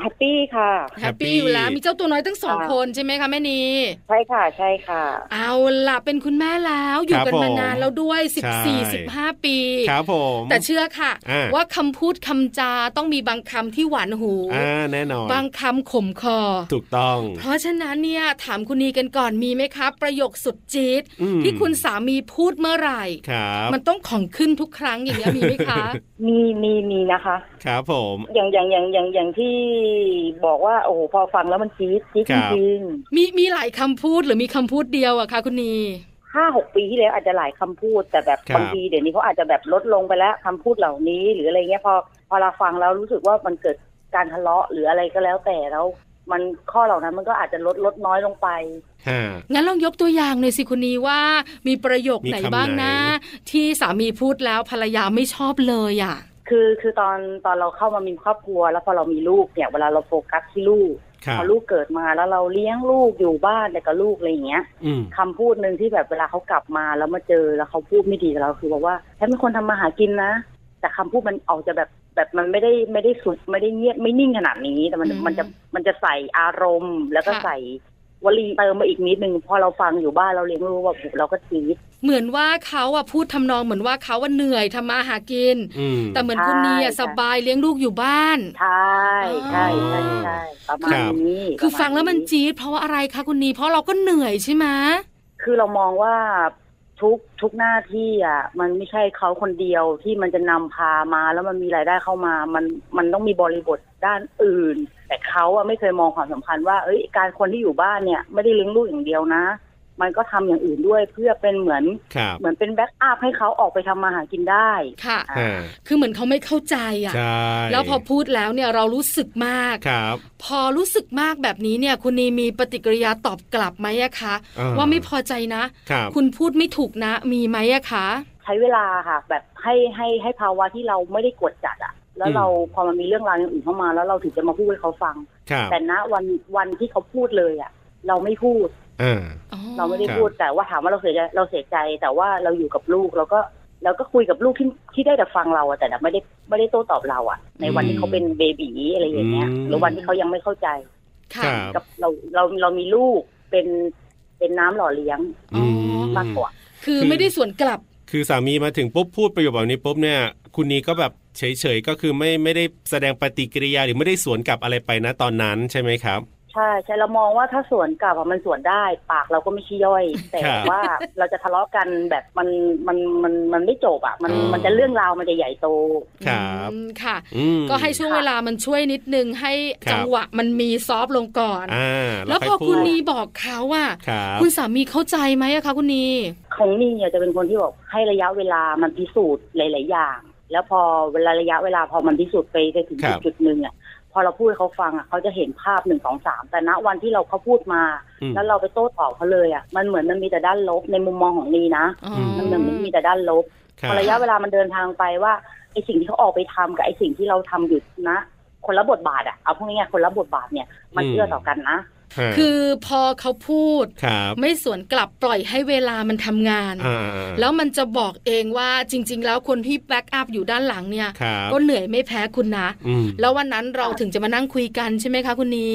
Speaker 6: แฮปปี้ค่ะ
Speaker 2: แฮปปี้
Speaker 1: อยู่แล้วมีเจ้าตัวน้อยทั้งสอง
Speaker 6: ค่ะ
Speaker 1: คนใช่ไหมคะแม่นี
Speaker 6: ใช่ค่ะ ใช่ค่ะ
Speaker 1: เอาล่ะเป็นคุณแม่แล้วอยู่กัน
Speaker 2: ผม
Speaker 1: มานานแล้วด้วย
Speaker 2: ใช่
Speaker 1: 14 15 ปี
Speaker 2: ครับผม
Speaker 1: แต่เชื่อค่ะ
Speaker 2: อ่า
Speaker 1: ว่าคำพูดคำจาต้องมีบางคำที่หวานหู
Speaker 2: อ่าแน่นอน
Speaker 1: บางคำขมคอ
Speaker 2: ถูกต้อง
Speaker 1: เพราะฉะนั้นเนี่ยถามคุณนีกันก่อนมีไหมคะ ประโยคสุดจี๊ด
Speaker 2: อืม
Speaker 1: ที่คุณสามีพูดเมื่อไหร่
Speaker 2: ครับ
Speaker 1: มันต้องของขึ้นทุกครั้งอย่างนี้ยมีไหมคะ
Speaker 6: มีมีมีนะคะ
Speaker 2: ครับผม
Speaker 6: อย่างอย่างอย่างอย่างอย่างที่บอกว่า โอ้โหพอฟังแล้วมันจี๊ดจี๊ด
Speaker 2: ค
Speaker 6: จ
Speaker 2: รับ
Speaker 6: ริง
Speaker 1: มีมีหลายคำพูดหรือมีคำพูดเดียวอะคะคุณนี
Speaker 6: ๆห้าหกปีที่แล้วอาจจะหลายคำพูด แต่แบบ
Speaker 2: ครับ
Speaker 6: บางทีเดี๋ยวนี้เขาอาจจะแบบลดลงไปแล้วคำพูดเหล่านี้ หรืออะไรเงี้ยพอพอเราฟังแล้วรู้สึกว่ามันเกิดการทะเลาะหรืออะไรก็แล้วแต่แล้ว มันข้อเหล่านั้นมันก็อาจจะลดลดน้อยลงไป
Speaker 2: ฮะ
Speaker 1: งั้นลองยกตัวอย่างหน่อยสิคุณนีว่า มีประโยคไหน
Speaker 2: มีคำ
Speaker 1: บ้างนะ
Speaker 2: ไห
Speaker 1: ที่สามีพูดแล้วภรรยาไม่ชอบเลยอ่ะ
Speaker 6: คือคือตอนตอนเราเข้ามามีครอบครัว แล้วพอเรามีลูกเนี่ย เวลาเราโฟกัสที่ลูก
Speaker 2: ครับ
Speaker 6: พอลูกเกิดมาแล้วเราเลี้ยงลูกอยู่บ้านแต่กับลูกอะไรอย่างเงี้ย
Speaker 2: อืม
Speaker 6: คำพูดหนึ่งที่แบบเวลาเขากลับมาแล้วมาเจอแล้วเขาพูดไม่ดีกับเราคือบอกว่าฉันเป็นคนทำมาหากินนะ แต่คำพูดมันออกจะแบบแบบมันไม่ได้ไม่ได้สุดไม่ได้เงียบไม่นิ่งขนาดนี้ แต่มัน
Speaker 1: อืม
Speaker 6: มันจะมันจะใส่อารมณ์ แล้วก็
Speaker 1: ค่ะ
Speaker 6: ใส่วลีเติมมาอีกนิดนึงพอเราฟังอยู่บ้านเราเลี้ยงลูกแบบเราก็ซีด
Speaker 1: เหมือนว่าเขาอ่ะพูดทำนองเหมือนว่าเขาว่าเหนื่อยทำมาหากิน
Speaker 2: อืม
Speaker 1: แต่เหมือนคุณนีอะ
Speaker 6: ใช่
Speaker 1: สบายเลี้ยงลูกอยู่บ้าน
Speaker 6: ใช่ใช่ใช่
Speaker 2: อ๋อ
Speaker 6: ใช่ประมาณ
Speaker 2: ครับ
Speaker 6: นี้
Speaker 1: คือ
Speaker 6: ประาณ
Speaker 1: ฟังแล้วมันจี๊ดเพราะว่าอะไรคะคุณนีเพราะเราก็เหนื่อยใช่ไหม
Speaker 6: คือเรามองว่าทุกทุกหน้าที่อ่ะมันไม่ใช่เขาคนเดียวที่มันจะนำพามาแล้วมันมีรายได้เข้ามามันมันต้องมีบริบทด้านอื่น แต่เขาอ่ะไม่เคยมองความสำคัญว่าเอ้ยการคนที่อยู่บ้านเนี่ยไม่ได้เลี้ยงลูกอย่างเดียวนะ มันก็ทำอย่างอื่นด้วยเพื่อเป็นเหมือน
Speaker 2: ครับ
Speaker 6: เหมือนเป็นแบ็กอัพให้เขาออกไปทำมาหากินได้
Speaker 1: ค่ะ
Speaker 2: ฮะ
Speaker 1: คือเหมือนเขาไม่เข้าใจอ่ะ
Speaker 2: ใช่
Speaker 1: แล้วพอพูดแล้วเนี่ยเรารู้สึกมาก
Speaker 2: ครับ
Speaker 1: พอรู้สึกมากแบบนี้เนี่ย คุณนีมีปฏิกิริยาตอบกลับไหมอะคะ
Speaker 2: อ่า
Speaker 1: ว่าไม่พอใจนะ
Speaker 2: ครับ
Speaker 1: คุณพูดไม่ถูกนะมีไหมอะคะ
Speaker 6: ใช้เวลาค่ะ แบบให้ให้ให้ภาวะที่เราไม่ได้กดจัดอ่ะ แล้วเราพอมันมีเรื่องราวอย่างอื่นเข้ามา แล้วเราถึงจะมาพูดให้เขาฟัง
Speaker 2: ครับ
Speaker 6: แต่ณวันวันที่เขาพูดเลยอ่ะ เราไม่พูด
Speaker 2: อ่า
Speaker 1: อ๋อ
Speaker 6: เราไม่ได้
Speaker 2: ครับ
Speaker 6: พูดแต่ว่าถามว่าเราเสียใจเราเสียใจ แต่ว่าเราอยู่กับลูกเราก็เราก็คุยกับลูกที่ที่ได้แต่ฟังเราอะแต่ไม่ได้ไม่ได้โต้ตอบเราอะในวันที่เขาเป็นเบบีอะไรอย่างเงี้ย
Speaker 2: อืม
Speaker 6: หรือวันที่เขายังไม่เข้าใจ
Speaker 1: ค่ะ
Speaker 2: ครับ
Speaker 6: กับเราเราเรามีลูกเป็นเป็นน้ำหล่อเลี้ยง
Speaker 1: อ๋ออื
Speaker 2: ม
Speaker 6: มากกว่า
Speaker 1: คือ
Speaker 2: คือ
Speaker 1: ไม่ได้ส่วนกลับ
Speaker 2: คือสามีมาถึงปุ๊บพูดประโยคแบบนี้ปุ๊บเนี่ย คุณนีก็แบบเฉยๆก็คือไม่ไม่ได้แสดงปฏิกิริยาหรือไม่ได้สวนกลับอะไรไปนะตอนนั้นใช่ไหมครับ
Speaker 6: ใช่ใช่เรามองว่าถ้าสวนกลับอะมันสวนได้ ปากเราก็ไม่ชี้ย่อย แต่
Speaker 2: ครับ
Speaker 6: ว่าเราจะทะเลาะกันแบบมันมันมันมันไม่จบอะมัน
Speaker 2: อ๋อ
Speaker 6: มันจะเรื่องราวมันจะใหญ่โต
Speaker 2: ครับ
Speaker 1: อืมค่ะ
Speaker 2: อืม
Speaker 1: ก็ให้ช่วง
Speaker 6: ค่ะ
Speaker 1: เวลามันช่วยนิดนึงให้
Speaker 2: ครับ
Speaker 1: จังหวะมันมีซอฟต์ลงก่อน
Speaker 2: อ่า
Speaker 1: แล้วพ
Speaker 2: ย
Speaker 1: อคุณ
Speaker 2: พูด
Speaker 1: นีบอกเขาว่า
Speaker 2: ครับ
Speaker 1: คุณสามีเข้าใจไหมอะคะคุณนี
Speaker 6: ของนี่เนี่ยจะเป็นคนที่บอกให้ระยะเวลามันพิสูจน์หลาย ๆ อย่าง แล้วพอเวลาระยะเวลาพอมันพิสูจน์ไปไปถึง
Speaker 2: ครั
Speaker 6: จุด
Speaker 2: บ
Speaker 6: จุดหนึ่งอ่ะพอเราพูดให้เขาฟังอ่ะเขาจะเห็นภาพหนึ่งสองสามแต่ณวันที่เราเขาพูดมา
Speaker 2: อืม
Speaker 6: แล้วเราไปโต้ตอบเขาเลยอ่ะมันเหมือนมันมีแต่ด้านลบในมุมมองของนีนะ
Speaker 1: อ๋อ
Speaker 6: มันเหมือนมันมีแต่ด้านลบ
Speaker 2: ครั
Speaker 6: พ
Speaker 2: บ
Speaker 6: อระยะเวลามันเดินทางไปว่าไอสิ่งที่เขาออกไปทำกับไอสิ่งที่เราทำอยู่นะ คนละบทบาทอ่ะเอาพวกนี้ไงคนละบทบาทเนี่ยมันเอื้อต่อกันนะ
Speaker 2: ฮะ
Speaker 1: คือพอเขาพูด
Speaker 2: ครับ
Speaker 1: ไม่สวนกลับปล่อยให้เวลามันทำงาน
Speaker 2: อ่าอ่าอ่า
Speaker 1: แล้วมันจะบอกเองว่าจริง ๆ แล้วคนที่แบ็กอัพอยู่ด้านหลังเนี่ย
Speaker 2: ครับ
Speaker 1: ก็เหนื่อยไม่แพ้คุณนะ
Speaker 2: อืม
Speaker 1: แล้ววันนั้นเราถึงจะมานั่งคุยกันใช่ไหมคะคุณนี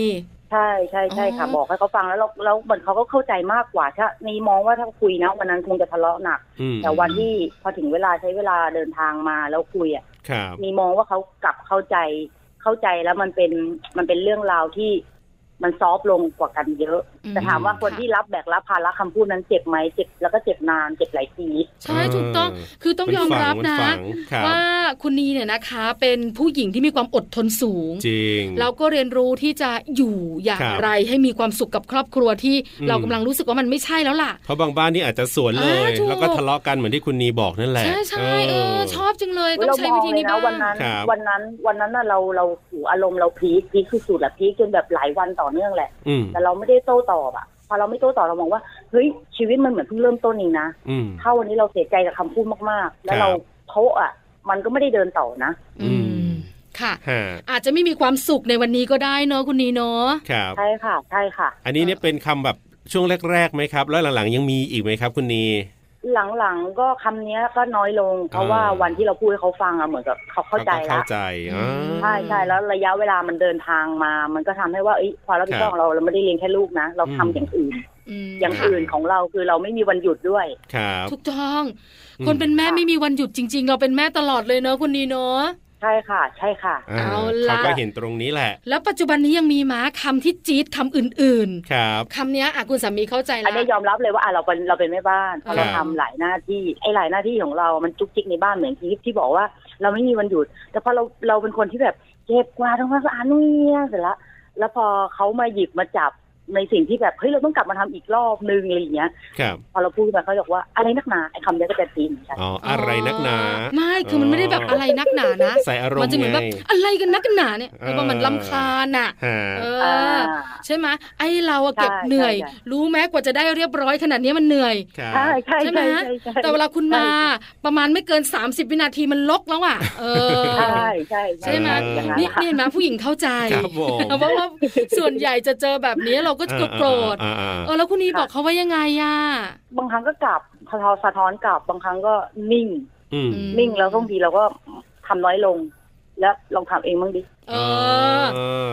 Speaker 6: ใช่ใช่ใช่ค่ะ
Speaker 1: อ๋อ
Speaker 6: บอกให้เขาฟังแล้วเราแล้วเหมือนเขาก็เข้าใจมากกว่าถ้านี่มองว่าถ้าคุยนะวันนั้นคงจะทะเลาะหนัก
Speaker 2: อืม
Speaker 6: แต่วันที่พอถึงเวลาใช้เวลาเดินทางมาแล้วคุยอ่ะ
Speaker 2: ครับ
Speaker 6: มีมองว่าเขากลับเข้าใจเข้าใจแล้วมันเป็นมันเป็นเรื่องราวที่มันซอฟต์ลงกว่ากันเยอะ
Speaker 1: อืม
Speaker 6: แต่ถามว่าคนที่รับแบกรับภาระคำพูดนั้นเจ็บไหมเจ็บแล้วก็เจ็บนานเจ็บหลายปี
Speaker 1: ใช่ถูกต้อง
Speaker 2: เออ
Speaker 1: คือต้องยอมรับ
Speaker 2: มั
Speaker 1: นะ
Speaker 2: ฝังมัฝังครับ
Speaker 1: ว่าคุณนีเนี่ยนะคะเป็นผู้หญิงที่มีความอดทนสูง
Speaker 2: จริง
Speaker 1: เราก็เรียนรู้ที่จะอยู่อย่าง
Speaker 2: ครับ
Speaker 1: ไรให้มีความสุขกับครอบครัวที่
Speaker 2: อืม
Speaker 1: เรากำลังรู้สึกว่ามันไม่ใช่แล้วล่ะ
Speaker 2: เพราะบางบ้านนี่อาจจะสวนเลย
Speaker 1: อ่าถูก
Speaker 2: แล้วก็ทะเลาะกันเหมือนที่คุณนีบอกนั่นแหละ
Speaker 1: ใช่ใช่เออชอบจังเลยต้อ
Speaker 6: เรา
Speaker 1: งใช้
Speaker 6: มอ
Speaker 1: วิ
Speaker 6: ง
Speaker 1: ธี
Speaker 6: เล
Speaker 1: นี้
Speaker 6: ยนะ
Speaker 1: บ้าง
Speaker 6: วันนั้น
Speaker 2: ครับ
Speaker 6: วันนั้นวันนั้นน่ะเราเราหูอารมณ์เราพีคพีคสุดๆแหละพีคจนแบบหลายวันต่อเนื่องแหละ
Speaker 2: อืม
Speaker 6: แต่เราไม่ได้โต้ตอบอะพอเราไม่โต้ตอบเรามองว่าเฮ้ยชีวิตมันเหมือนเพิ่งเริ่มต้นเองนะ
Speaker 2: อืม
Speaker 6: ถ้าวันนี้เราเสียใจกับคำพูดมากๆ แล้วเรา
Speaker 2: ครับ
Speaker 6: โพะอะมันก็ไม่ได้เดินต่อนะ
Speaker 1: อืมค่ะ
Speaker 2: ฮะ
Speaker 1: อาจจะไม่มีความสุขในวันนี้ก็ได้เนอะคุณนีเนอะ
Speaker 2: ครับ
Speaker 6: ใช่ค่ะใช่ค่ะ
Speaker 2: อันนี้เนี่ยเป็นคำแบบช่วงแรกๆไหมครับ แล้วหลังๆยังมีอีกไหมครับ คุณนี
Speaker 6: หลังๆก็คำเนี้ยก็น้อยลง เพราะ
Speaker 2: อ่า
Speaker 6: ว่าวันที่เราพูดให้เขาฟังอะเหมือนกับเขาเข้าใจ
Speaker 2: ก็
Speaker 6: ละ
Speaker 2: เข้าใจอ่า
Speaker 6: ใช่ใช่แล้วระยะเวลามันเดินทางมา มันก็ทำให้ว่าเอ้ยความรับผิดชอบของเราเราไม่ได้เลี้ยงแค่ลูกนะ เราทำ
Speaker 2: อืม
Speaker 6: อย่างอื่น
Speaker 1: ม
Speaker 6: อย่าง
Speaker 2: ค่ะ
Speaker 6: อื่นของเราคือเราไม่มีวันหยุดด้วย
Speaker 2: ครับ
Speaker 1: ถูกต้อง
Speaker 2: อืม
Speaker 1: คนเป็นแม่ไม่มีวันหยุดจริง ๆ เราเป็นแม่ตลอดเลยเนอะคุณนีเนอะ
Speaker 6: ใช่ค่ะ ใช่ค่ะ
Speaker 1: เอาล่ะ
Speaker 2: เขาก็เห็นตรงนี้แหละ
Speaker 1: แล้วปัจจุบันนี้ยังมีหมาคำที่จี๊ดคำอื่น
Speaker 2: ครับ
Speaker 1: ๆคำเนี้ยอ่ะคุณสามีเข้าใจ
Speaker 6: อั
Speaker 1: แล้
Speaker 6: น
Speaker 1: ว
Speaker 6: นี้ยอมรับเลยว่าอ่ะเราเป็นเราเป็นแม่บ้านเพราะ
Speaker 1: ครั
Speaker 6: เรา
Speaker 1: บ
Speaker 6: ทำหลายหน้าที่ไอ้หลายหน้าที่ของเรามันจุกจิกในบ้านเหมือนที่ที่บอกว่า เราไม่มีวันหยุด แต่พอเราเราเป็นคนที่แบบเก็บกวาดทำความสะอาดนู่นนี่นั่นเสร็จละแล้วพอเขามาหยิบมาจับในสิ่งที่แบบเฮ้ยเราต้องกลับมาทำอีกรอบนึงอะไรอย่างเงี้ย
Speaker 2: ครับ
Speaker 6: พอเราพูดไปเขาบอกว่าอะไรนักหนาไอ้คำเนี้ยก็จะตีนเหมือนกัน
Speaker 2: อ๋ออะไรนักหนา
Speaker 1: ไม่คือมันไม่ได้แบบอะไรนักหนานะ
Speaker 2: ใส่อารมณ์
Speaker 1: มันจะเหมือนแบบ
Speaker 2: ไง
Speaker 1: อะไรกันนักหนาเนี่ย
Speaker 2: เออ
Speaker 1: แล้วว่ามันลำคาญอ่ะ
Speaker 2: ฮะ
Speaker 1: เอ
Speaker 6: อ่
Speaker 1: อา ใช่ไหมยไอเราอะ
Speaker 6: ใช่
Speaker 1: เก็บเหนื่อย
Speaker 6: ใช่ใช่
Speaker 1: รู้แม้กว่าจะได้เรียบร้อยขนาดนี้มันเหนื่อย
Speaker 2: ครับ
Speaker 6: ใช่ใช่
Speaker 1: ใช่ไหม
Speaker 6: ใช่ใช่ใช่
Speaker 1: แต่เวลาคุณมาประมาณไม่เกิน 30 วินาทีมันลกแล้วอ่ะ เออ
Speaker 6: ใช่ใช่
Speaker 1: ใช่ไหม
Speaker 6: อย่างนั้น
Speaker 1: นี่
Speaker 6: ค่ะ
Speaker 1: นี่เห็นไหมผู้หญิงเข้าใจ
Speaker 2: ครับผม
Speaker 1: เพราะว่าส่วนใหญ่จะเจอแบบนี้เราก็จะโกรธ
Speaker 2: อ่าอ่า
Speaker 1: เอ
Speaker 2: อ่า
Speaker 1: อแล้วคุณนี
Speaker 6: ค่ะ
Speaker 1: บอกเขาว่ายังไงอ่ะ
Speaker 6: บางครั้งก็กลับสะท้อนสะท้อนกลับบางครั้งก็นิ่ง
Speaker 2: อืม
Speaker 1: อืม
Speaker 6: นิ่งแล้วบางทีเราก็ทำน้อยลง แล้วลองทำเองบ้างดิ
Speaker 1: เออ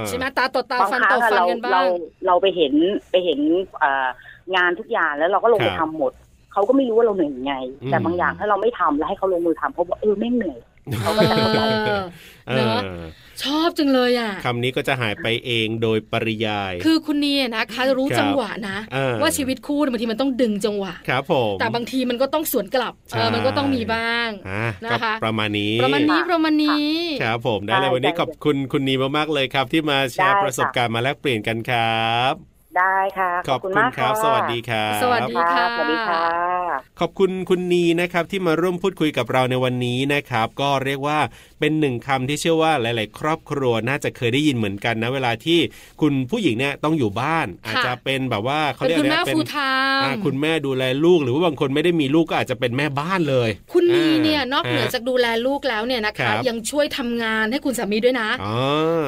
Speaker 1: ใช่ไหมตาต่อตา
Speaker 6: บาง
Speaker 1: ฟัน
Speaker 6: ครั้
Speaker 1: ต่อง
Speaker 6: อะ
Speaker 1: ฟัน
Speaker 6: เรา
Speaker 1: กัน
Speaker 6: เรา
Speaker 1: บ้าง
Speaker 6: เราไปเห็นไปเห็นเอ่องานทุกอย่างแล้วเราก็ลงไป
Speaker 2: ครับ
Speaker 6: ทำหมด เขาก็ไม่รู้ว่าเราเหนื่อยยังไง
Speaker 2: อืม
Speaker 6: แต่บางอย่างถ้าเราไม่ทำแล้วให้เขาลงมือทำเขาบอกเออไม่งเหนื่อย
Speaker 1: เออ
Speaker 2: เอ
Speaker 1: เน
Speaker 2: อ
Speaker 1: อะ ชอบจังเลยอ่ะ
Speaker 2: คำนี้ก็จะหายไปเองโดยปริยาย
Speaker 1: คือคุณนีอะนะคะรู้
Speaker 2: ครับ
Speaker 1: จังหวะนะ
Speaker 2: เออ
Speaker 1: ว่าชีวิตคู่เนี่ยบางทีมันต้องดึงจังหวะ
Speaker 2: ครับผม
Speaker 1: แต่บางทีมันก็ต้องสวนกลับเออ
Speaker 2: ใช่
Speaker 1: มันก็ต้องมีบ้าง
Speaker 2: อ่ะ
Speaker 1: นะ
Speaker 2: ก็
Speaker 1: คะ
Speaker 2: ประมาณนี้
Speaker 1: ประมาณนี้
Speaker 6: ค่ะ
Speaker 1: ประมาณนี้
Speaker 2: ครับผมได้เลย
Speaker 6: ได้
Speaker 2: วันนี้
Speaker 6: ได้
Speaker 2: ขอบคุณคุณนีมากๆเลยครับ ที่มาแชร์
Speaker 6: ได้
Speaker 2: ประสบ
Speaker 6: ค่ะ
Speaker 2: การณ์มาแลกเปลี่ยนกันครับ
Speaker 6: ได้ค่ะ
Speaker 2: ข
Speaker 6: ข
Speaker 2: อ
Speaker 6: อ
Speaker 2: บบ คุ
Speaker 6: คุณ ณมาก
Speaker 2: ครับ
Speaker 6: ะ
Speaker 2: สวัสดีครับ
Speaker 1: สวัสดี
Speaker 6: ครับ
Speaker 1: ค่ะ
Speaker 6: สวัสดีค่ะ
Speaker 2: ขอบคุณคุณนีนะครับที่มาร่วมพูดคุยกับเราในวันนี้นะครับ ก็เรียกว่าเป็นหนึ่งคำที่เชื่อว่าหลาย ๆ ครอบครัวน่าจะเคยได้ยินเหมือนกันนะ เวลาที่คุณผู้หญิงเนี่ยต้องอยู่บ้าน อาจจะเป็นแบบว่าเขา
Speaker 1: เป็นคุ
Speaker 2: เรียก
Speaker 1: ณ
Speaker 2: อะไร
Speaker 1: แม่
Speaker 2: นะเป็
Speaker 1: ฟู
Speaker 2: น
Speaker 1: ลไทม์
Speaker 2: อ่าคุณแม่ดูแลลูกหรือว่าบางคนไม่ได้มีลูกก็อาจจะเป็นแม่บ้านเลย
Speaker 1: คุณนีเนี่ย
Speaker 2: าน
Speaker 1: อกเหนือ
Speaker 2: ฮะ
Speaker 1: จากดูแลลูกแล้วเนี่ยนะ
Speaker 2: ครั
Speaker 1: คะ
Speaker 2: บ
Speaker 1: ยังช่วยทำงานให้คุณสามีด้วยนะ
Speaker 2: อ๋อ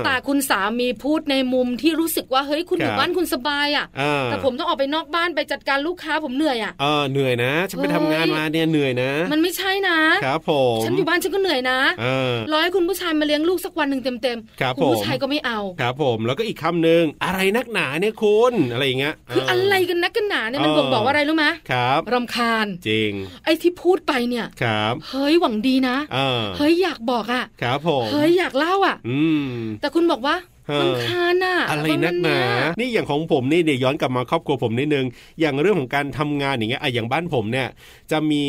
Speaker 1: แต่คุณสามีพูดในมุมที่รู้สึกว่าเฮ้ยคุณ
Speaker 2: ค
Speaker 1: อ
Speaker 2: รับ
Speaker 1: ยู่บ้านคุณสบายอ่ะ
Speaker 2: อ่า
Speaker 1: แต่ผมต้องออกไปนอกบ้านไปจัดการลูกค้าผมเหนื่อยอ่ะ
Speaker 2: เออเหนื่อยนะฉันไป
Speaker 1: เฮ้ย
Speaker 2: ทำงานมาเนี่ยเหนื่อยนะ
Speaker 1: มันไม่ใช่นะ
Speaker 2: ครับผม
Speaker 1: ฉันอยู่บ้านฉันก็เหนื่อยนะ
Speaker 2: เออ
Speaker 1: รอให้คุณผู้ชายมาเลี้ยงลูกสักวันหนึ่งเต็ม
Speaker 2: ครับ
Speaker 1: คุณ
Speaker 2: ผ
Speaker 1: ผู้
Speaker 2: ม
Speaker 1: ชายก็ไม่เอา
Speaker 2: ครับผมแล้วก็อีกคำหนึ่งอะไรนักหนาเนี่ยคุณอะไรอย่างเงี้ย
Speaker 1: คืออะไรกันนักกันหนาเนี่ยมันบ่งบอกว่าอะไรรู้ไหม
Speaker 2: ครับ
Speaker 1: รำคาญ
Speaker 2: จริง
Speaker 1: ไอ้ที่พูดไปเนี่ย
Speaker 2: ครับ
Speaker 1: เฮ้ยหวังดีนะ
Speaker 2: เออ
Speaker 1: เฮ้ยอยากบอกอ่ะ
Speaker 2: ครับผม
Speaker 1: เฮ้ยอยากเล่าอ่ะ
Speaker 2: อืม
Speaker 1: แต่คุณบอกว่า
Speaker 2: เออ
Speaker 1: รำคาญอ่ะ
Speaker 2: อะไร
Speaker 1: ปมาณ
Speaker 2: นักหนา
Speaker 1: เย
Speaker 2: นี่อย่างของผมนี่เดี๋ยวย้อนกลับมาครอบครัวผมนิดนึง อย่างเรื่องของการทำงานอย่างเงี้ยอะอย่างบ้านผมเนี่ย จะมี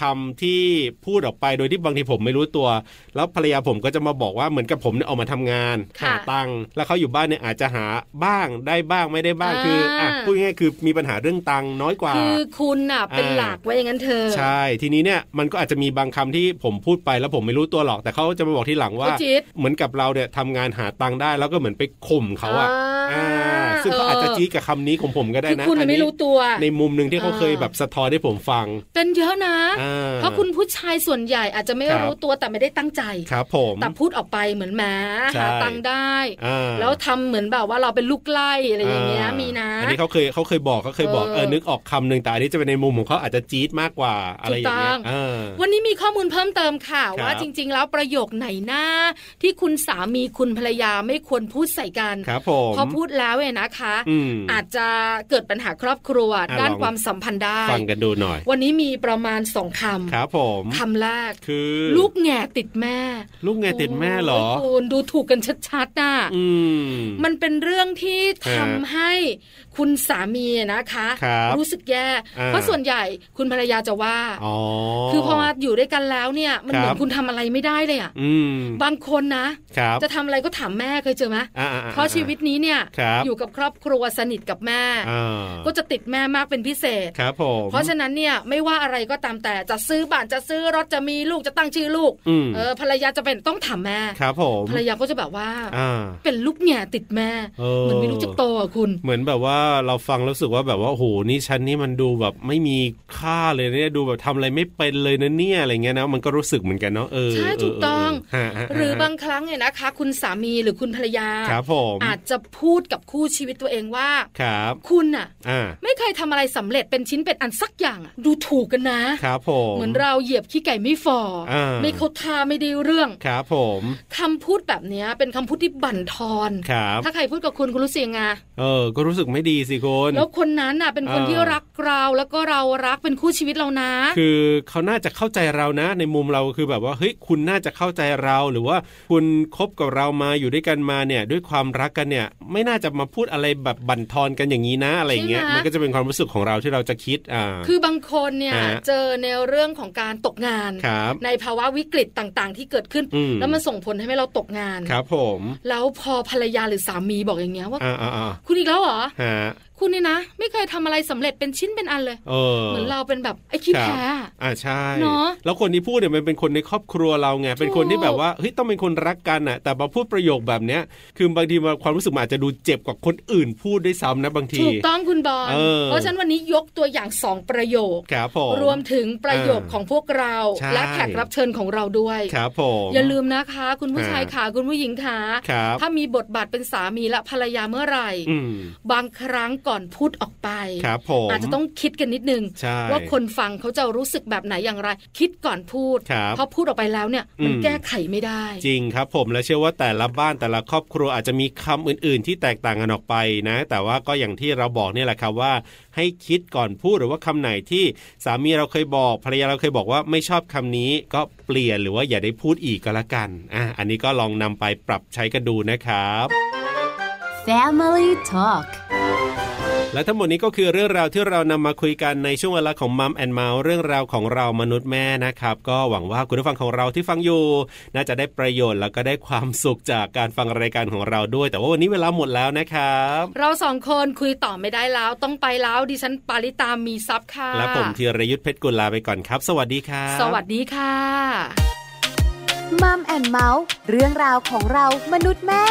Speaker 2: คำที่พูดออกไปโดยที่บางทีผมไม่รู้ตัว แล้วภรรยาผมก็จะมาบอกว่าเหมือนกับผมเนี่ยออกมาทำงาน
Speaker 1: ค่ะ
Speaker 2: หาตังค์แล้วเขาอยู่บ้านเนี่ยอาจจะหาบ้างได้บ้างไม่ได้บ้าง
Speaker 1: อ่า
Speaker 2: คืออ่ะพูดง่ายๆคือมีปัญหาเรื่องตังค์น้อยกว่า
Speaker 1: คือคุณอ่ะเป็น
Speaker 2: อ่า
Speaker 1: หลักไว้อย่างนั้นเธอะ
Speaker 2: ใช่ ทีนี้เนี่ยมันก็อาจจะมีบางคำที่ผมพูดไปแล้วผมไม่รู้ตัวหรอก แต่เขาจะมาบอกทีหลังว่า
Speaker 1: คุณจิต
Speaker 2: เหมือนกับเราเนี่ยทำงานหาตังค์ได้แล้วก็เหมือนไปข่มเขาอะ
Speaker 1: อ่า
Speaker 2: อ่าซึ่งเขา
Speaker 1: เอออ
Speaker 2: อาจจะจี้กับคำนี้ของผมก็ได้
Speaker 1: คือ
Speaker 2: นะ
Speaker 1: คุณน่ะไม่รู้ตัว
Speaker 2: ในมุมหนึ่งที่เขา
Speaker 1: อ่า
Speaker 2: เคยแบบสะท้อนให้ผมฟัง
Speaker 1: เป็นเยอะนะ
Speaker 2: อ่
Speaker 1: เพราะคุณผู้ชายส่วนใหญ่อาจจะไม่
Speaker 2: ครับ
Speaker 1: รู้ตัวแต่ไม่ได้ตั้งใจ
Speaker 2: ครับผม
Speaker 1: แต่พูดออกไปเหมือนแหม้
Speaker 2: ใช่
Speaker 1: หาตังค์ได้
Speaker 2: อ่า
Speaker 1: แล้วทำเหมือนแบบว่าเราเป็นลูกไล่อะไรอย่างเงี้ยมีนะ
Speaker 2: อันนี้เขาเคยเขาเคยบอกเขาเคยบอก
Speaker 1: เออ
Speaker 2: เออนึกออกคำหนึ่งแต่อันนี้จะเป็นในมุมของเขาอาจจะจี๊ดมากกว่าอะไรอย่าง
Speaker 1: ถูกต้
Speaker 2: เงี้ย
Speaker 1: อง
Speaker 2: อ่า
Speaker 1: วันนี้มีข้อมูลเพิ่มเติมค่ะ
Speaker 2: ครับ
Speaker 1: ว่าจริง ๆ แล้วประโยคไหนหน้า ที่คุณสามีคุณภรรยาไม่ควรพูดใส่กัน
Speaker 2: ครับผม
Speaker 1: เขาพูด ดแล้วเนี่ยนะคะ
Speaker 2: อืม
Speaker 1: อาจจะเกิดปัญหาครอบครัว
Speaker 2: อ่ะ
Speaker 1: ด้าน
Speaker 2: ลอง
Speaker 1: ความสัมพันธ์ได้
Speaker 2: ฟังกันดูหน่อย
Speaker 1: วันนี้มีประมาณสองค
Speaker 2: ครับผม
Speaker 1: ำคำแรก
Speaker 2: คือ
Speaker 1: ลูกแง่ติดแม่
Speaker 2: ลูกไงติดแม่เหรอ
Speaker 1: โยคุณดูถูกกันชัดๆน่ะ
Speaker 2: อืม
Speaker 1: มันเป็นเรื่องที่ทำให้คุณสามีนะคะ
Speaker 2: ครับ
Speaker 1: สึกแย่
Speaker 2: อ่า
Speaker 1: เพราะส่วนใหญ่คุณภรรยาจะว่า
Speaker 2: อ๋อ
Speaker 1: คือพอมาอยู่ด้วยกันแล้วเนี่ย มัน
Speaker 2: ครับ
Speaker 1: เหมือนคุณทำอะไรไม่ได้เลยอ่ะ
Speaker 2: อืม
Speaker 1: บางคนนะ
Speaker 2: ครับ
Speaker 1: จะทำอะไรก็ถามแม่เคยเจอไหม
Speaker 2: อ่อ่อ่
Speaker 1: เพราะชีวิตนี้เนี่ย
Speaker 2: ครับ
Speaker 1: อยู่กับครอบครัวสนิทกับแม่
Speaker 2: อ่า
Speaker 1: ก็จะติดแม่มากเป็นพิเศษ
Speaker 2: ครับผม
Speaker 1: เพราะฉะนั้นเนี่ยไม่ว่าอะไรก็ตามแต่จะซื้อบ้านจะซื้อรถจะมีลูกจะตั้งชื่อลูก
Speaker 2: อืม
Speaker 1: เออภรรยาจะเป็นต้องถามแม่
Speaker 2: ครับผม
Speaker 1: ภรรยาก็จะแบบว่า
Speaker 2: อ่า
Speaker 1: เป็นลูกแง่ติดแม่
Speaker 2: เออ
Speaker 1: เหมือนไม่รู้จะโตอ่ะคุณ
Speaker 2: เหมือนแบบว่าเราฟังแล้วรู้สึกว่าแบบว่าโอ้โหนี่ฉันนี่มันดูแบบไม่มีค่าเลยเนี่ยดูแบบทำอะไรไม่เป็นเลยนะเนี่ยอะไรเงี้ยนะมันก็รู้สึกเหมือนกันเนาะเออ
Speaker 1: ใช่ถูกต้อง
Speaker 2: เออเออฮะฮะฮะ
Speaker 1: หรือบางครั้งเนี่ยนะคะ คุณสามีหรือคุณภรรยา
Speaker 2: ครับผม
Speaker 1: อาจจะพูดกับคู่ชีวิตตัวเองว่า
Speaker 2: ครับ
Speaker 1: คุณน่ะ
Speaker 2: อ่า
Speaker 1: ไม่เคยทำอะไรสำเร็จเป็นชิ้นเป็นอันสักอย่างอะดูถูกกันนะ
Speaker 2: ครับผม
Speaker 1: เหมือนเราเหยียบขี้ไก่ไม่ฟออา ไม่เขาทาไม่ได้เรื่อง
Speaker 2: ครับผม
Speaker 1: คำพูดแบบเนี้ยเป็นคำพูดที่บั่นทอน
Speaker 2: ครับ
Speaker 1: ถ้าใครพูดกับคุณคุณรู้สึกยังไง
Speaker 2: เออก็รู้สึกไม่ดีสิคุณ
Speaker 1: แล้วคนนั้นน่ะเป็นคน
Speaker 2: เออ
Speaker 1: ที่รักเราแล้วก็เรารักเป็นคู่ชีวิตเรานะ
Speaker 2: คือเขาน่าจะเข้าใจเรานะ ในมุมเราคือแบบว่าเฮ้ยคุณน่าจะเข้าใจเราหรือว่าคุณคบกับเรามาอยู่ด้วยกันมาเนี่ย ด้วยความรักกันเนี่ย ไม่น่าจะมาพูดอะไรแบบบั่นทอนกันอย่างนี้นะอะไรอย่างเงี้ย
Speaker 1: ใช่ไหม
Speaker 2: มันก็จะเป็นความรู้สึกของเราที่เราจะคิดอ่า
Speaker 1: คือบางคนเนี่ย
Speaker 2: ฮะ
Speaker 1: เจอในเรื่องของการตกงาน
Speaker 2: ครับ
Speaker 1: ในภาวะวิกฤตต่างๆ ที่เกิดขึ้น
Speaker 2: อืม
Speaker 1: แล้วมันส่งผลให้เราตกงาน
Speaker 2: ครับผม
Speaker 1: แล้วพอภรรยาหรือสามีบอกอย่างเงี้ยว่า
Speaker 2: อ่าอ่าอ่า
Speaker 1: คุณอีกแล้วเหรอ
Speaker 2: ฮะ
Speaker 1: คุณเนี่ยนะ ไม่เคยทำอะไรสำเร็จเป็นชิ้นเป็นอันเลย
Speaker 2: เออ
Speaker 1: เหมือนเราเป็นแบบไอ้ขี้
Speaker 2: ครับ
Speaker 1: แพ้อะ
Speaker 2: อ่าใช่
Speaker 1: เนอะ
Speaker 2: แล้วคนที่พูดเนี่ยมันเป็นคนในครอบครัวเราไงเป็นคนที่แบบว่าเฮ้ยต้องเป็นคนรักกันอ่ะ แต่มาพูดประโยคแบบเนี้ย คือบางทีมันความรู้สึกมันอาจจะดูเจ็บกว่าคนอื่นพูดด้วยซ้ำนะบางที
Speaker 1: ถูกต้องคุณบอล
Speaker 2: เออ
Speaker 1: ราะฉะนั้นวันนี้ยกตัวอย่างสองประโยค
Speaker 2: ครับผม
Speaker 1: รวมถึงประโยค
Speaker 2: เออ
Speaker 1: ของพวกเรา
Speaker 2: ใช่
Speaker 1: และแขกรับเชิญของเราด้วย
Speaker 2: ครับผม
Speaker 1: อย่าลืมนะคะ คุณผู้ชายขาคุณผู้หญิงขา
Speaker 2: ครับ
Speaker 1: ถ้ามีบทบาทเป็นสามีและภรรยาเมื่อไหร่
Speaker 2: อืม
Speaker 1: บางครั้งก่อนพูดออกไป
Speaker 2: ครับผม
Speaker 1: อาจจะต้องคิดกันนิดนึง
Speaker 2: ใช่
Speaker 1: ว่าคนฟังเขาจะรู้สึกแบบไหนอย่างไร คิดก่อนพูด
Speaker 2: ครับ
Speaker 1: เพราะพูดออกไปแล้วเนี่ยมัน
Speaker 2: อืม
Speaker 1: แก้ไขไม่ได้
Speaker 2: จริงครับผมและเชื่อว่าแต่ละบ้านแต่ละครอบครัวอาจจะมีคำอื่น ๆ ที่แตกต่างกันออกไปนะ แต่ว่าก็อย่างที่เราบอกเนี่ยแหละครับว่า ให้คิดก่อนพูดหรือว่าคำไหนที่สามีเราเคยบอกภรรยาเราเคยบอกว่าไม่ชอบคำนี้ก็เปลี่ยนหรือว่าอย่าได้พูดอีกก็แล้วกันอ่ะอันนี้ก็ลองนำไปปรับใช้กันดูนะครับ
Speaker 4: Family Talk
Speaker 2: และทั้งหมดนี้ก็คือเรื่องราวที่เรานำมาคุยกันในช่วงเวลาของมัมแอนเมาส์เรื่องราวของเรามนุษย์แม่นะครับ ก็หวังว่าคุณผู้ฟังของเราที่ฟังอยู่ น่าจะได้ประโยชน์แล้วก็ได้ความสุขจากการฟังรายการของเราด้วย แต่ว่าวันนี้เวลาหมดแล้วนะครับ
Speaker 1: เราสองคนคุยต่อไม่ได้แล้วต้องไปแล้วดิฉันปาริตามีซับค่ะ
Speaker 2: และผมธีรยุทธเพชรกุลลาไปก่อนครับ สวัสดีครับ
Speaker 1: สวัสดีค่ะ
Speaker 4: มัมแอนเมาส์เรื่องราวของเรามนุษย์แม่